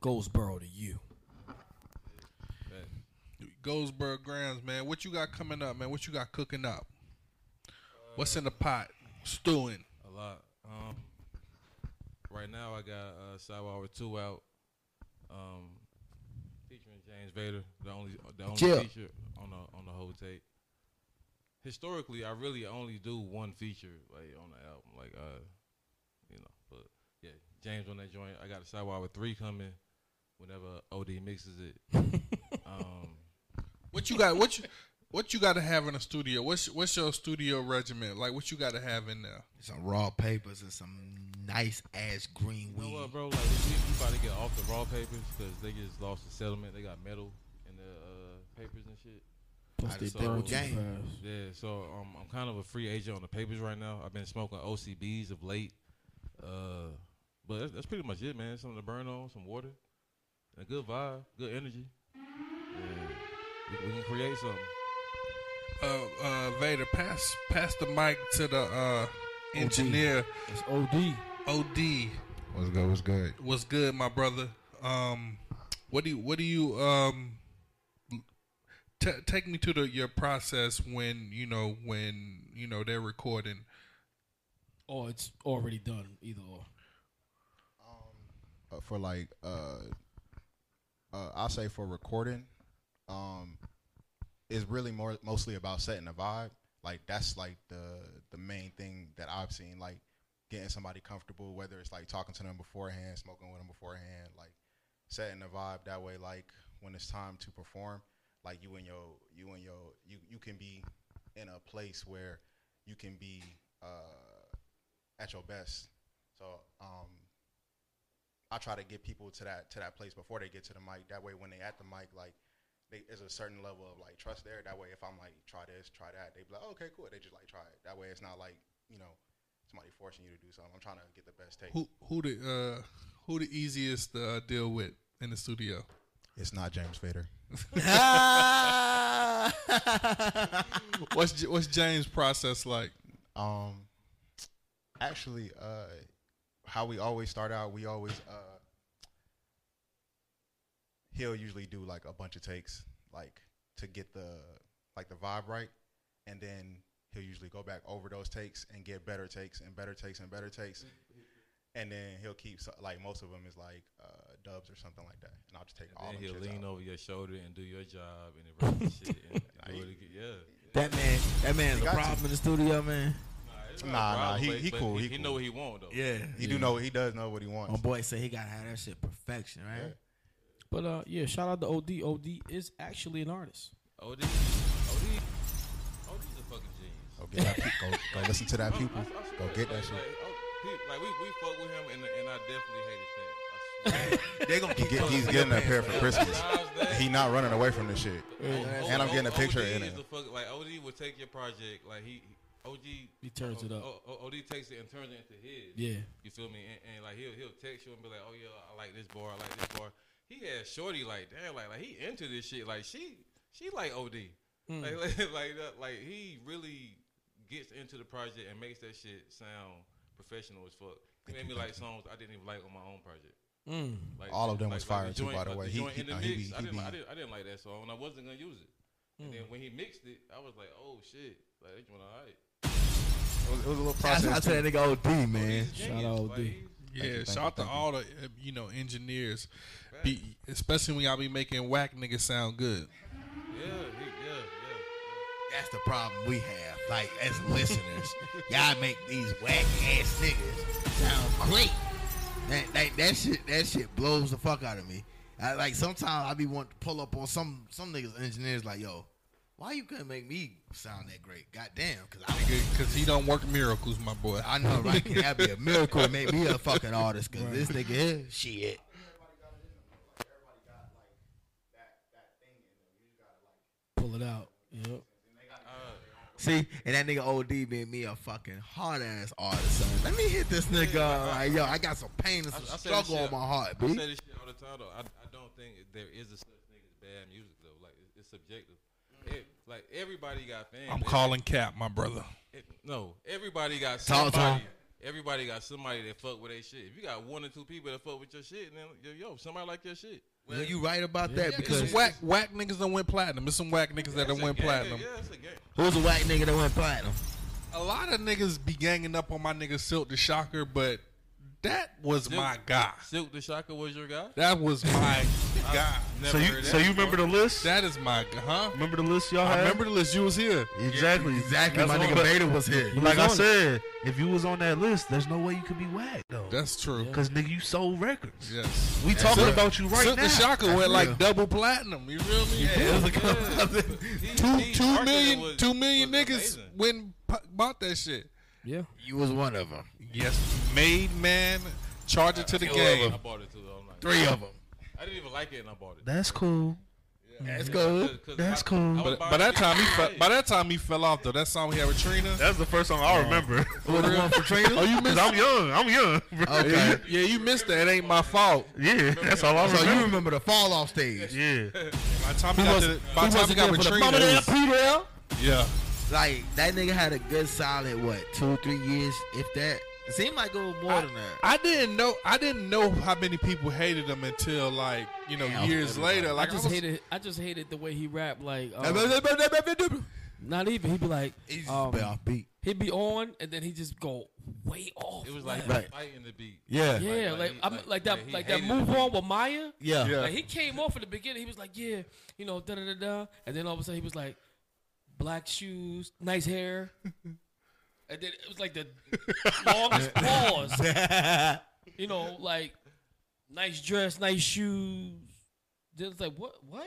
Speaker 4: Goldsboro to you.
Speaker 5: Goldsboro Grams, man. What you got coming up, man? What you got cooking up? What's in the pot? Stewing.
Speaker 10: A lot. Um, right now I got uh, Sidewinder Two out, um, featuring James Vader, the only the only
Speaker 4: Chill.
Speaker 10: feature on the on the whole tape. Historically, I really only do one feature like on the album, like uh, you know. But yeah, James on that joint. I got a Sidewinder Three coming whenever OD mixes it. um,
Speaker 5: What you got? What you what you got to have in a studio? What's what's your studio regimen? Like what you got to have in there?
Speaker 7: Some raw papers and some nice ass green
Speaker 10: You know what, bro? Like, we, we about to get off the raw papers because they just lost the settlement. They got metal in their uh, papers and shit.
Speaker 7: Plus they
Speaker 10: So-
Speaker 7: double game.
Speaker 10: Yeah, so um, I'm kind of a free agent on the papers right now. I've been smoking OCBs of late. Uh, but that's, that's pretty much it, man. Something to burn on, some water, and a good vibe, good energy. Yeah. We, we can create something.
Speaker 5: Uh, uh, Vader, pass pass the mic to the uh, engineer.
Speaker 4: It's OD.
Speaker 5: OD.
Speaker 8: What's good? What's good?
Speaker 5: What's good, my brother? Um, what do you, what do you um t- take me to the your process when you know when you know they're recording?
Speaker 4: Oh, it's already done, either or.
Speaker 19: uh, for like uh, uh I'll say for recording, um, is really more mostly about setting the vibe. Like that's like the the main thing that I've seen. Like getting somebody comfortable, whether it's like talking to them beforehand, smoking with them beforehand, like setting the vibe that way. Like when it's time to perform, like you and your you and your you you can be in a place where you can be uh, at your best. So um, I try to get people to that to that place before they get to the mic. That way, when they at the mic, like they, there's a certain level of like trust there. That way, if I'm like try this, try that, they be like, "Oh, okay, cool. They just like try it. That way, it's not like you know somebody forcing you to do something. I'm trying to get the best take.
Speaker 5: Who who the uh, who the easiest to uh, deal with in the studio?
Speaker 19: It's not James Fader.
Speaker 5: [LAUGHS] what's J- what's James' process like?
Speaker 19: Um, actually, uh, how we always start out, we always uh, he'll usually do like a bunch of takes, like to get the like the vibe right, and then he'll usually go back over those takes and get better takes and better takes and better takes, and then he'll keep so, like most of them is like uh, dubs or something like that, and I'll just take all.
Speaker 10: Then
Speaker 19: them
Speaker 10: he'll
Speaker 19: shits out.
Speaker 10: lean over your shoulder and do your job and
Speaker 19: [LAUGHS]
Speaker 10: then write the shit. And do it again. Yeah.
Speaker 7: That man, that man's a
Speaker 19: got
Speaker 7: problem in the studio, man.
Speaker 19: Nah, nah, he,
Speaker 10: but-
Speaker 19: he
Speaker 10: but
Speaker 19: cool.
Speaker 10: he-
Speaker 19: He,
Speaker 10: he
Speaker 19: cool.
Speaker 10: know what he want, though.
Speaker 7: Yeah, Oh,
Speaker 19: he
Speaker 7: yeah.
Speaker 19: do know. He does know what he wants.
Speaker 7: My boy said he gotta have that shit perfection, right?
Speaker 4: But uh, yeah, shout out to OD. OD is actually an artist.
Speaker 10: OD, OD, oh, OD's a oh, fucking genius. Oh,
Speaker 19: Go get that pu- go- go listen to that
Speaker 10: I'm-
Speaker 19: pupil.
Speaker 10: I'm- I'm
Speaker 19: Go
Speaker 10: serious.
Speaker 19: get that
Speaker 10: Like-
Speaker 19: shit.
Speaker 10: Like, oh, he- like, we, we fuck with him, and, and I definitely hate his fans. I swear.
Speaker 19: [LAUGHS] They gonna keep He get- he's getting a pair for Christmas. He not running away from this shit. And I'm getting a picture
Speaker 10: OD
Speaker 19: in
Speaker 10: is
Speaker 19: it.
Speaker 10: the fuck- like OD will take your project, like he, OG,
Speaker 4: He turns it up.
Speaker 10: OD takes it and turns it into his.
Speaker 4: Yeah.
Speaker 10: you feel me? And, and like he'll he'll text you and be like, oh yeah, I like this bar, I like this bar. He had shorty like damn, like like he into this shit. Like she she like OD,
Speaker 4: Mm.
Speaker 10: like [LAUGHS] like like, that, like he really gets into the project and makes that shit sound professional as fuck. He made me like songs I didn't even like on my own project.
Speaker 4: Mm.
Speaker 10: Like,
Speaker 19: All of them was fire
Speaker 10: the
Speaker 19: too, by the way. He-
Speaker 10: joint
Speaker 19: he-
Speaker 10: in the
Speaker 19: no, he
Speaker 10: mix,
Speaker 19: be-
Speaker 10: I
Speaker 19: he
Speaker 10: didn't, I
Speaker 19: be-
Speaker 10: didn't, I didn't like that song, and I wasn't gonna use it. And
Speaker 4: Mm.
Speaker 10: then when he mixed it, I was like, "Oh shit!" Like, this one alright.
Speaker 19: It was, it was a little
Speaker 7: Shout
Speaker 19: process.
Speaker 7: out to
Speaker 19: too.
Speaker 7: that nigga OD, man.
Speaker 10: Shout out OD.
Speaker 5: Yeah,
Speaker 19: Thank you, thank
Speaker 5: shout
Speaker 19: you, thank
Speaker 5: out to
Speaker 19: you.
Speaker 5: all the uh, you know engineers, be, especially when y'all be making whack niggas sound good.
Speaker 10: Yeah, he, yeah, yeah.
Speaker 7: That's the problem we have, like as listeners. [LAUGHS] y'all make these whack ass niggas sound great. That, that that shit that shit blows the fuck out of me. I, like sometimes I be wanting to pull up on some some niggas engineers like yo, why you couldn't make me sound that great? Goddamn, because I
Speaker 5: Because he don't work miracles, my boy.
Speaker 7: I know, right? Can that be a miracle? to Make me a fucking artist because this nigga here, shit.
Speaker 4: Pull it out. Yep.
Speaker 7: See, and that nigga OD made me a fucking hard ass artist. Son. Let me hit this nigga. like, yo, I got some pain and
Speaker 10: I-
Speaker 7: some
Speaker 10: I say this
Speaker 7: struggle on
Speaker 10: shit-
Speaker 7: my heart,
Speaker 10: I
Speaker 7: B.
Speaker 10: say this shit all the time though. I, I don't think there is a such thing as bad music though. Like it's, it's subjective. It- like everybody got fans.
Speaker 5: I'm calling cap, my brother.
Speaker 10: It- no, everybody got
Speaker 5: Talk to
Speaker 10: somebody. Everybody got somebody that fuck with their shit. If you got one or two people that fuck with your shit, then yo, yo somebody like your shit.
Speaker 7: Well, you right about
Speaker 10: Yeah,
Speaker 7: that
Speaker 10: it's
Speaker 7: because
Speaker 10: just-
Speaker 5: Whack whack niggas that went platinum. There's some whack niggas that
Speaker 10: It's
Speaker 5: done
Speaker 10: a
Speaker 5: went
Speaker 10: game.
Speaker 5: platinum.
Speaker 10: Yeah, it's a game.
Speaker 7: who's a whack nigga that went platinum?
Speaker 5: A lot of niggas be ganging up on my nigga Silk the Shocker, but that was
Speaker 10: Silk-
Speaker 5: my guy.
Speaker 10: Silk the Shocker was your guy.
Speaker 5: That
Speaker 10: [LAUGHS]
Speaker 5: was my guy.
Speaker 10: never So you- heard that so you before. remember
Speaker 5: the list? That is my g- huh?
Speaker 8: Remember the list y'all
Speaker 5: I
Speaker 8: had?
Speaker 5: remember the list. You was here.
Speaker 8: Exactly,
Speaker 7: exactly.
Speaker 5: My nigga Beta was here. You
Speaker 8: Like
Speaker 5: was
Speaker 8: I
Speaker 5: on it.
Speaker 8: said, if you was on that list, there's no way you could be whack though.
Speaker 5: That's true.
Speaker 8: Cause nigga, you sold records.
Speaker 5: Yes.
Speaker 8: We
Speaker 5: That's
Speaker 8: talking
Speaker 5: it.
Speaker 8: about you right
Speaker 5: Silk
Speaker 8: now.
Speaker 5: the Shocker
Speaker 8: That's
Speaker 5: went
Speaker 8: real.
Speaker 5: like double platinum. You feel me?
Speaker 8: it
Speaker 5: [LAUGHS]
Speaker 8: was a
Speaker 5: Two
Speaker 10: he-
Speaker 5: two
Speaker 10: Arthur
Speaker 5: million
Speaker 10: was-
Speaker 5: two million
Speaker 10: was
Speaker 5: niggas
Speaker 10: amazing.
Speaker 5: went p- bought that shit.
Speaker 4: Yeah.
Speaker 7: You was one of them.
Speaker 5: Yes, made man, charge it to the
Speaker 10: I- I-
Speaker 5: game.
Speaker 10: I bought it too. I'm like-
Speaker 5: Three of 'em.
Speaker 10: I didn't even like it, and I bought it.
Speaker 8: That's cool.
Speaker 7: That's cool.
Speaker 8: That's cool.
Speaker 5: But by that time he fe- by that time he fell off though. That song we had with Trina. Uh,
Speaker 8: That's the first song I remember. [LAUGHS]
Speaker 5: For real? Oh, you missed.
Speaker 8: I'm young. I'm young. bro.
Speaker 5: [LAUGHS] Yeah, you, yeah, you missed that. It ain't my
Speaker 1: Oh.
Speaker 5: fault.
Speaker 8: Yeah, that's all I
Speaker 7: So
Speaker 8: remember.
Speaker 7: you remember the fall off stage?
Speaker 8: Yeah.
Speaker 5: By the time
Speaker 7: Who
Speaker 5: he got
Speaker 7: was-
Speaker 5: to, by the
Speaker 7: who
Speaker 5: time
Speaker 7: wasn't
Speaker 5: he got
Speaker 7: there
Speaker 5: with
Speaker 7: for the
Speaker 5: Trina,
Speaker 7: mama
Speaker 5: it
Speaker 7: there,
Speaker 5: was-
Speaker 7: Peter?
Speaker 5: yeah.
Speaker 7: Like that nigga had a good solid what two three years if that. It seemed like it was more than that.
Speaker 5: I didn't know. I didn't know how many people hated him until like you know
Speaker 7: Damn,
Speaker 5: years
Speaker 7: everybody.
Speaker 5: later. Like
Speaker 4: I
Speaker 5: I,
Speaker 4: just
Speaker 5: was,
Speaker 4: hated. I just hated the way he rapped. Like, um, not even. He'd be like,
Speaker 7: He's
Speaker 4: um,
Speaker 7: been off beat.
Speaker 4: He'd be on, and then he just go way off.
Speaker 10: It was like
Speaker 7: Right.
Speaker 10: fighting the beat.
Speaker 7: Yeah.
Speaker 10: Like-
Speaker 4: Yeah, like
Speaker 10: like
Speaker 4: like,
Speaker 10: he-
Speaker 4: I'm,
Speaker 10: like-
Speaker 4: like, that,
Speaker 10: like
Speaker 4: like,
Speaker 10: he
Speaker 4: that
Speaker 10: hated
Speaker 4: move
Speaker 10: it.
Speaker 4: on with Maya.
Speaker 7: Yeah. Yeah.
Speaker 4: like he came off at the beginning. He was like, yeah, you know, da da da da, and then all of a sudden he was like, black shoes, nice hair. And then it was like the [LAUGHS] longest [LAUGHS] pause. you know, like nice dress, nice shoes. Then it's like what what?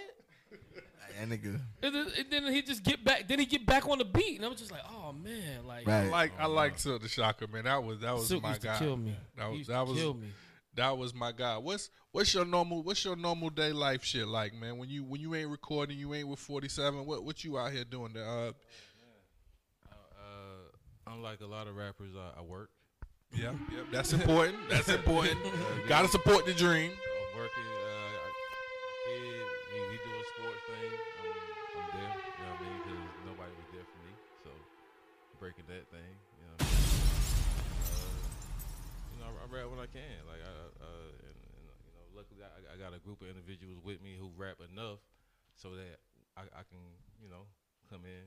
Speaker 7: [LAUGHS] That nigga.
Speaker 4: And then, and then he just get back. Then he get back on the beat, and I was just like, "Oh man!" Like,
Speaker 5: I like I like Silk the Shocker, man. That was that was
Speaker 4: Silk
Speaker 5: my
Speaker 4: used to
Speaker 5: guy.
Speaker 4: kill me.
Speaker 5: That
Speaker 4: He
Speaker 5: was
Speaker 4: used
Speaker 5: that
Speaker 4: to
Speaker 5: was
Speaker 4: kill me.
Speaker 5: that was my guy. What's what's your normal what's your normal day life shit like, man? When you when you ain't recording, you ain't with forty seven. What what you out here doing? Uh,
Speaker 1: Uh, unlike a lot of rappers, I, I work.
Speaker 5: Yep, yep, that's important.
Speaker 10: [LAUGHS]
Speaker 5: That's important.
Speaker 1: Uh,
Speaker 5: Gotta support the dream.
Speaker 1: I'm working. Uh, I- kid, we, we do a sports thing. I'm, I'm there. You know what I mean? Because nobody was there for me, so breaking that thing. You know. What I mean? uh, you know, I, I rap when I can. Like I, uh, and, and you know, luckily I, I got a group of individuals with me who rap enough so that I, I can, you know, come in,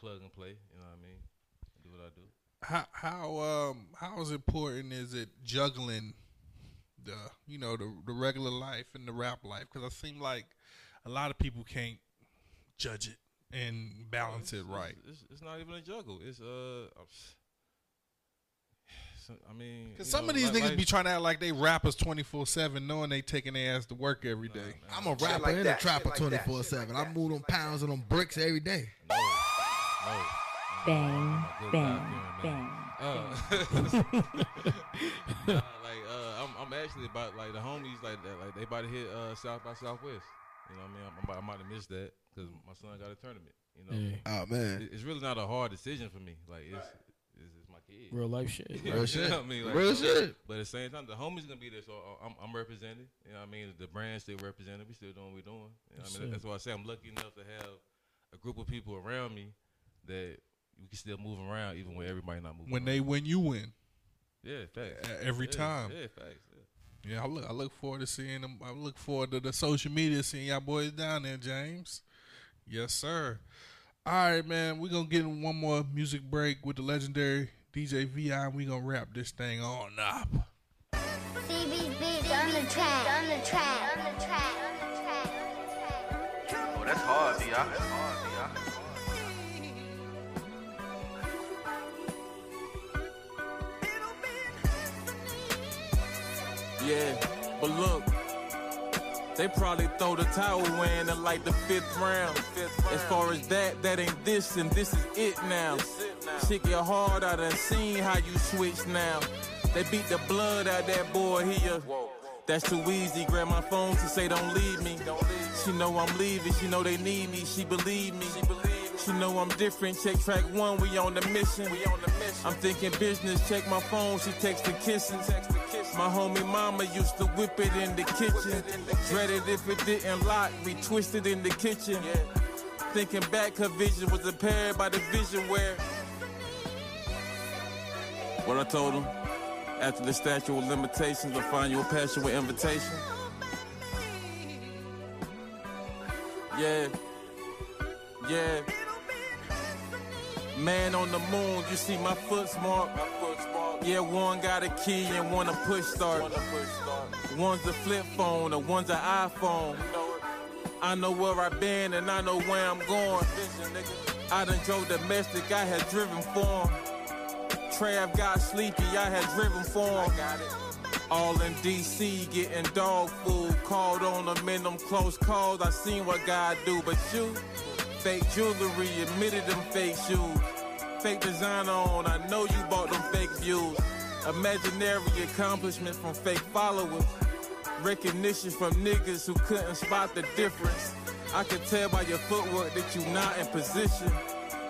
Speaker 1: plug and play. You know what I mean? Do what I do.
Speaker 5: how how um how is important is it juggling the you know the the regular life and the rap life? Because I seem like a lot of people can't judge it and balance it right.
Speaker 1: It's, it's not even a juggle. It's uh. [SIGHS] so- I mean,
Speaker 5: Cause
Speaker 1: you
Speaker 5: some
Speaker 1: know,
Speaker 5: of these
Speaker 1: li-
Speaker 5: niggas
Speaker 1: life-
Speaker 5: be trying to act like they rappers twenty four seven, knowing they taking their ass to work every day.
Speaker 7: I'm a rapper and a trapper 24 7. I move them pounds and them bricks every day.
Speaker 20: Bang,
Speaker 1: Good
Speaker 20: bang,
Speaker 1: God,
Speaker 20: bang.
Speaker 1: [LAUGHS] damn, man.
Speaker 5: [LAUGHS]
Speaker 1: Uh, nah, uh, like uh, I'm, I'm actually about like the homies like that. Like they about to hit uh, South by Southwest. You know what I mean? I'm, about, I might have missed that because my son got a tournament. You know.
Speaker 4: Yeah.
Speaker 7: Oh, man.
Speaker 1: It- it's really not a hard decision for me. Like it's. It's, it's my kid.
Speaker 4: Real life shit.
Speaker 1: [LAUGHS] You
Speaker 4: Real
Speaker 1: know
Speaker 4: shit.
Speaker 1: what I mean? Like,
Speaker 4: Real
Speaker 1: so-
Speaker 4: shit.
Speaker 1: But at the same time, the homies gonna be there, so uh, I'm, I'm represented. You know what I mean? The brand still represented. We still doing what we doing. You know what I
Speaker 4: Yes,
Speaker 1: mean?
Speaker 4: sir.
Speaker 1: That's why I say I'm lucky enough to have a group of people around me that we can still move around even when everybody not moving.
Speaker 5: When they win, you win.
Speaker 1: Yeah, facts.
Speaker 5: E- Every
Speaker 1: Yeah,
Speaker 5: time.
Speaker 1: yeah, facts,
Speaker 5: Yeah, I look. I look forward to seeing them. I look forward to the social media seeing y'all boys down there, James. Yes, sir. All right, man. We're gonna get in one more music break with the legendary DJ Vi, and we gonna wrap this thing on up.
Speaker 6: CBB, on the track, on the track, on the track.
Speaker 3: Oh, that's hard, B.I. That's hard, B.I.
Speaker 10: Yeah, but look, they probably throw the towel in in like the fifth round. As far as that, that ain't this, and this is it now. Sick your heart out and seen how you switch now. They beat the blood out that boy here. That's too easy. Grab my phone to say don't leave me. She know I'm leaving. She know they need me. She believe me. She know I'm different. Check track one. We on the mission. We on the mission. I'm thinking business. Check my phone. She texting kissing. My homie mama used to whip it in the kitchen. Dreaded if it didn't lock. We twisted in the kitchen. Thinking back, her vision was impaired by the vision where. What I told him. After the statute of limitations, I find you a passion with invitation. Yeah. Yeah. Man on the moon, you see my foot's mark. Yeah, one got a key and one a push start. One's a flip phone, the one's an iPhone. I know where I've been and I know where I'm going. I done drove domestic, I had driven for 'em. Trav got sleepy, I had driven for him. All in DC, getting dog food. Called on them in them close calls. I seen what God do, but you, fake jewelry, admitted them fake shoes. Fake designer on, I know you bought them fake views. Imaginary accomplishments from fake followers. Recognition from niggas who couldn't spot the difference. I could tell by your footwork that you not in position.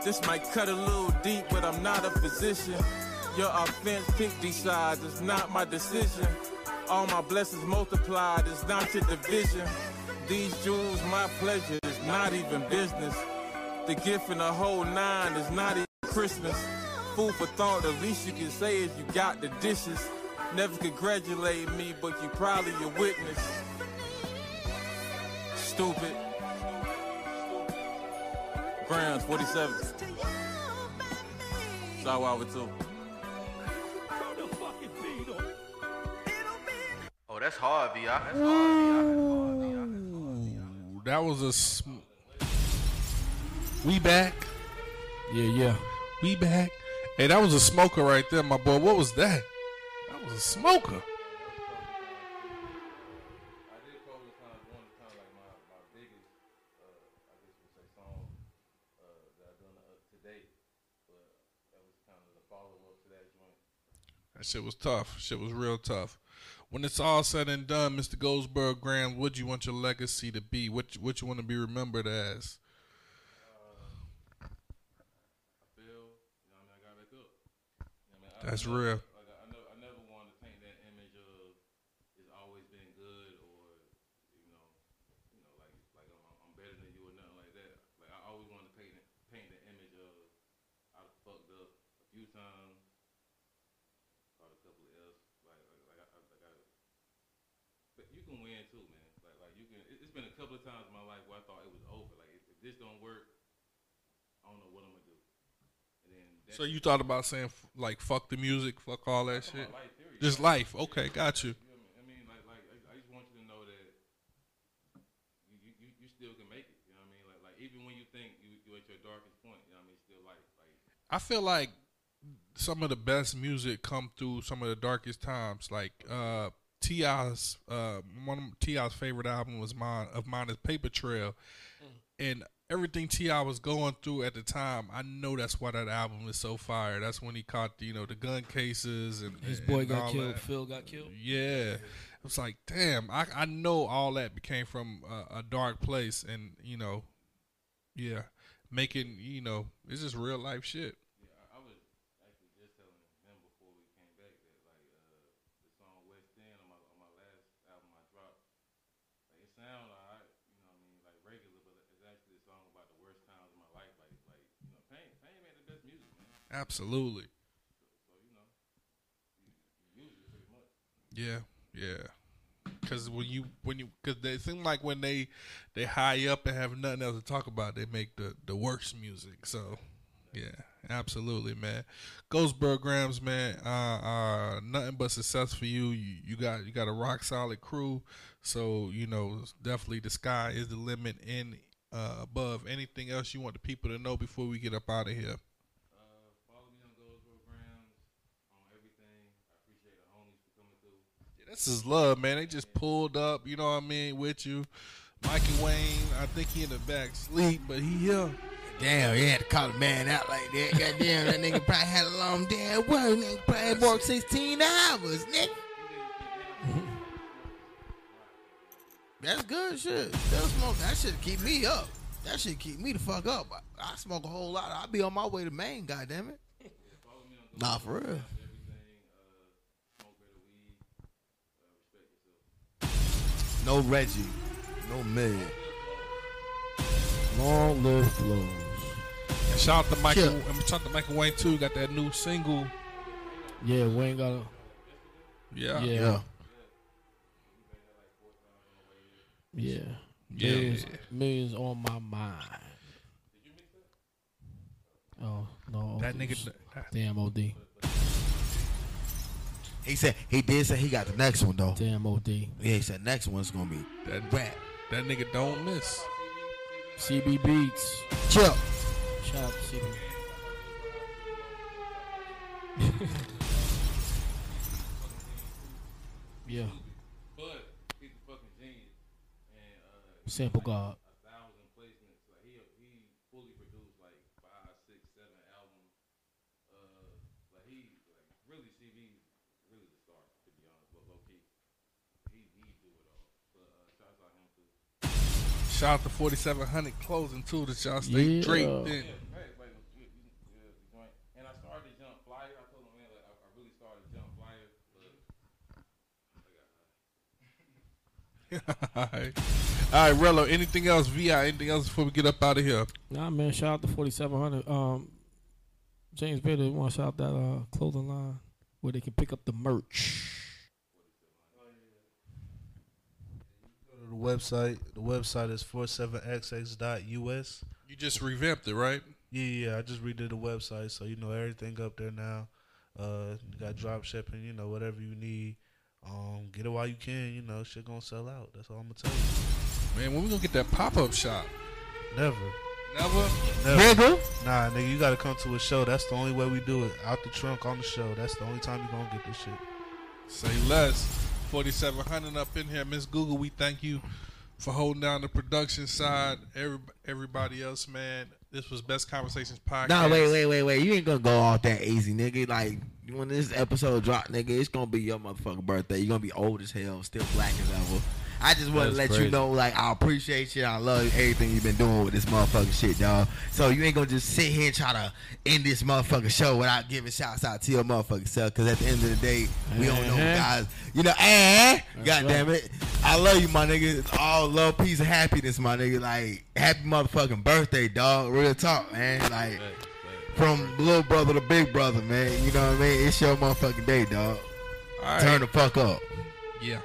Speaker 10: This might cut a little deep, but I'm not a physician. Your offense picked these sides, it's not my decision. All my blessings multiplied, it's not your division. These jewels, my pleasure, it's not even business. The gift and the whole nine is not even Christmas. Food for thought, the least you can say is you got the dishes. Never congratulate me, but you probably a witness. Stupid. Grams, 47. Sawawa, too.
Speaker 3: Oh, that's hard, B.I. That's hard.
Speaker 5: Ooh, that was a. Sm- We back.
Speaker 4: Yeah, yeah.
Speaker 5: We back. Hey, that was a smoker right there, my boy. What was that? That was a smoker. That shit was tough. Shit was real tough. When it's all said and done, Mr. Goldsboro Graham, what do you want your legacy to be? What you- what you want to be remembered as? That's real.
Speaker 10: Like I, I, never, I never wanted to paint that image of it's always been good or you know, you know, like like I'm, I'm better than you or nothing like that. Like I always wanted to paint it- paint the image of I done fucked up a few times, caught a couple of F's. Like like, like, I, I- like I, but you can win too, man. Like like you can. It, it's been a couple of times in my life where I thought it was over. Like if, if this don't work, I don't know what I'm gonna do. And then that
Speaker 5: So you thought about saying f- like "fuck the music," "fuck all that shit,"
Speaker 10: about life, period.
Speaker 5: just life. Okay, got you.
Speaker 10: You know what I mean, I mean like, like I, I just want you to know that you, you, you, you still can make it. You know what I mean? Like, like even when you think you you at your darkest point, you know what I mean? Still like, like
Speaker 5: I feel like some of the best music come through some of the darkest times. Like uh T.I.'s uh one of T.I.'s favorite album was mine of mine is Paper Trail.
Speaker 4: Mm.
Speaker 5: And everything T.I. was going through at the time, I know that's why that album is so fire. That's when he caught you know the gun cases and
Speaker 4: His boy
Speaker 5: and
Speaker 4: got
Speaker 5: all
Speaker 4: killed.
Speaker 5: that.
Speaker 4: Phil got killed.
Speaker 5: Yeah. I was like, damn, I, I know all that became from a, a dark place and, you know, yeah, making, you know, it's just real life shit.
Speaker 10: I, I was actually just telling him before we came back that like uh, the song West End on my on my last album I dropped, like it sound alright, you know what I mean, like regular, but it's actually a song about the worst times of my life. Like like you know, Pain Pain made the best music, man.
Speaker 5: Absolutely.
Speaker 10: So you know, you, you use it pretty much.
Speaker 5: Yeah. Yeah. Cause when you when you cause they seem like when they they high up and have nothing else to talk about, they make the the worst music. So yeah, absolutely, man. Ghostbird Grams, man. Uh, uh, nothing but success for you. you. You got you got a rock solid crew. So you know, it's definitely the sky is the limit. And uh, above anything else, you want the people to know before we get up out of here.
Speaker 10: Uh, follow me on Goldsboro Grams on everything. I appreciate the homies for coming through.
Speaker 5: This is love, man. They just pulled up, you know what I mean, with you. Mikey Wayne, I think he in the back sleep, but he here.
Speaker 11: Damn, you had to call a man out like that. Goddamn, that nigga probably had a long day at work. Nigga probably worked 16 hours, nigga. That's good shit. That smoke, that shit keep me up. That shit keep me the fuck up. I, I smoke a whole lot. I be on my way to Maine, goddamn it. Nah, for real. No Reggie, no million. Long live flows.
Speaker 5: And [LAUGHS] shout out to Mikey,
Speaker 11: Yeah.
Speaker 5: and shout out to Mikey Wayne too. Got that new single.
Speaker 4: Yeah, Wayne got a.
Speaker 5: Yeah.
Speaker 4: Yeah.
Speaker 5: Yeah.
Speaker 4: Yeah.
Speaker 5: Yeah,
Speaker 4: Millions,
Speaker 5: man.
Speaker 4: millions on my mind. Oh no!
Speaker 5: That
Speaker 4: OD.
Speaker 5: nigga-
Speaker 4: Damn OD.
Speaker 11: He said he did say he got the next one though. Damn OD. Yeah, he said next one's gonna be
Speaker 5: that
Speaker 11: rap.
Speaker 5: That nigga don't miss.
Speaker 4: CB Beats.
Speaker 11: Chip.
Speaker 4: Shout out to CB. [LAUGHS] yeah.
Speaker 10: But he's a fucking genius. And uh,
Speaker 4: Sample
Speaker 10: a
Speaker 4: God.
Speaker 10: thousand placements. Like he he fully produced like five, six, seven albums. Uh, like he like really CV really the star to be honest. But low key, he he do it all. But uh, shout out him too.
Speaker 5: Shout out to 4700 closing too that y'all stay
Speaker 4: Yeah.
Speaker 10: [LAUGHS]
Speaker 5: draped in.
Speaker 10: Yeah, right, like, you- you- yeah, the joint. And I started to jump flyer. I told him, man, like, I, I really started to jump flyer. But
Speaker 5: All right. All right, Rello. Anything else, Vi? Anything else before we get up out of here?
Speaker 4: Nah, man. Shout out to 4700. Um, James Bader, want to shout out that uh, clothing line where they can pick up the merch.
Speaker 1: Go to the website. The website is 47xx.us.
Speaker 5: You just revamped it, right?
Speaker 1: Yeah, yeah. I just redid the website, so you know everything up there now. Uh, you got drop shipping. You know whatever you need. Um, get it while you can. You know shit gonna sell out. That's all I'm gonna tell you.
Speaker 5: Man, when we gonna get that pop up shop?
Speaker 1: Never.
Speaker 5: Never.
Speaker 1: Never. Nah, nigga, you gotta come to a show. That's the only way we do it. Out the trunk on the show. That's the only time you gonna get this shit.
Speaker 5: Say less. 4700 up in here. Miss Google, we thank you for holding down the production side. Every, everybody else, man. This was Best Conversations podcast.
Speaker 7: Nah, wait, wait, wait, wait. You ain't gonna go off that easy, nigga. Like when this episode drop, nigga, it's gonna be your motherfucking birthday. You're gonna be old as hell, still black as ever. I just want to
Speaker 11: That's
Speaker 7: let you
Speaker 11: crazy.
Speaker 7: know, like, I appreciate you. I love everything you've been doing with this motherfucking shit, y'all. So you ain't gonna just sit here and try to end this motherfucking show without giving shouts out to your motherfucking self. Because at the end of the day, we don't know,
Speaker 11: Uh-huh.
Speaker 7: guys. You know, eh?
Speaker 11: That's
Speaker 7: God damn
Speaker 11: right.
Speaker 7: it. I love you, my nigga. It's all love, peace, and happiness, my nigga. Like, happy motherfucking birthday, dog. Real talk, man. Like, from little brother to big brother, man. You know what I mean? It's your motherfucking day, dog.
Speaker 5: right.
Speaker 7: Turn the fuck up.
Speaker 5: Yeah.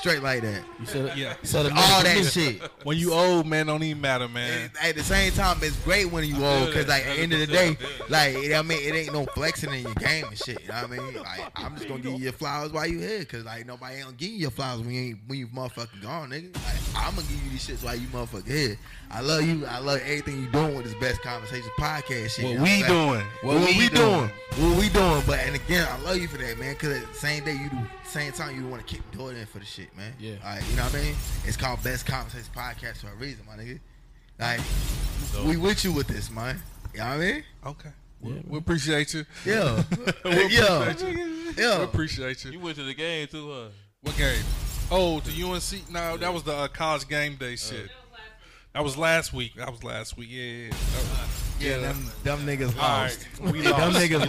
Speaker 7: Straight like that. You
Speaker 5: said- Yeah. you
Speaker 7: said
Speaker 5: said it
Speaker 7: [LAUGHS] all
Speaker 5: better.
Speaker 7: that shit.
Speaker 5: When you old, man, don't even matter, man.
Speaker 7: At the same time, it's great when you old, cause like at the end of the day, like I mean, it ain't no flexing in your game and shit. You know what I mean? Like I'm just gonna give you your flowers while you here, cause like nobody ain't gonna give you your flowers when you ain't when you motherfucking gone, nigga. Like I'm gonna give you these shits while you motherfucking here. I love you. I love everything you doing with this best conversation podcast shit.
Speaker 11: What
Speaker 7: You know
Speaker 11: we
Speaker 7: I'm saying?
Speaker 11: doing.
Speaker 7: What, we, doing. What we doing. But and again, I love you for that, man. Cause at the same day you do same time you want to keep doing it for the shit, man. Yeah. All right, you know what I mean? It's called Best Conversation Podcast for a reason, my nigga. Like we with you with this, man. You know what I mean?
Speaker 5: Okay. We appreciate you.
Speaker 7: [LAUGHS] Yeah.
Speaker 5: [LAUGHS] we
Speaker 7: Yeah.
Speaker 5: appreciate you.
Speaker 7: Yeah.
Speaker 5: We appreciate you.
Speaker 10: You went to the game too, huh?
Speaker 5: What game? Oh, to UNC. No, that was the uh, college game day shit. That was last week. That was last week. Yeah, yeah, yeah. That was-
Speaker 7: Yeah, them- them niggas
Speaker 5: All
Speaker 7: lost.
Speaker 5: right. We
Speaker 7: [LAUGHS] Them
Speaker 5: lost.
Speaker 7: niggas
Speaker 5: We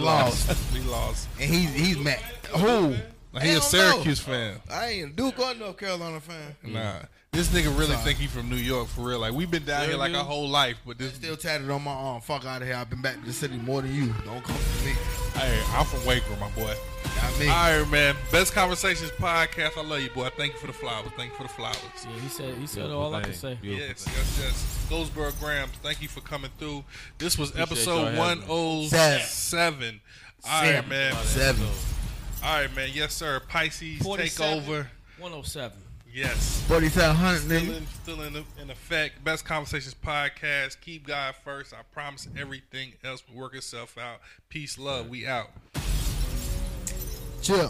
Speaker 5: [LAUGHS]
Speaker 7: lost.
Speaker 5: We lost.
Speaker 7: And he's he's mad. Who?
Speaker 5: Like, he a
Speaker 7: Hell no.
Speaker 5: Syracuse fan.
Speaker 7: I ain't Duke or North Carolina fan.
Speaker 5: Nah, this nigga really
Speaker 7: Mm. Sorry.
Speaker 5: think he from New York for real. Like we've been down here like our whole life, but this
Speaker 7: still tatted on my arm. Fuck out of here. I've been back to the city more than you. Don't come to me.
Speaker 5: Hey, I'm from Waco, my boy.
Speaker 7: I mean,
Speaker 5: All right, man. Best conversations podcast. I love you, boy. Thank you for the flowers. Thank you for the flowers.
Speaker 4: Yeah, he said- he said Beautiful all I could thing. say. Beautiful
Speaker 5: Yes, yes, yes. Goldsboro Grams, thank you for coming through. This was
Speaker 10: Appreciate y'all
Speaker 5: episode
Speaker 10: having me.
Speaker 5: 107. All right,
Speaker 10: Seven.
Speaker 5: man.
Speaker 10: Seven.
Speaker 5: All right, man. Yes, sir. Pisces take
Speaker 4: 47,
Speaker 5: over.
Speaker 4: 107.
Speaker 5: Yes.
Speaker 7: 4700,
Speaker 5: Still
Speaker 7: nigga.
Speaker 5: in, still in, in effect. Best Conversations podcast. Keep God first. I promise everything else will work itself out. Peace, love. We out.
Speaker 7: Chill.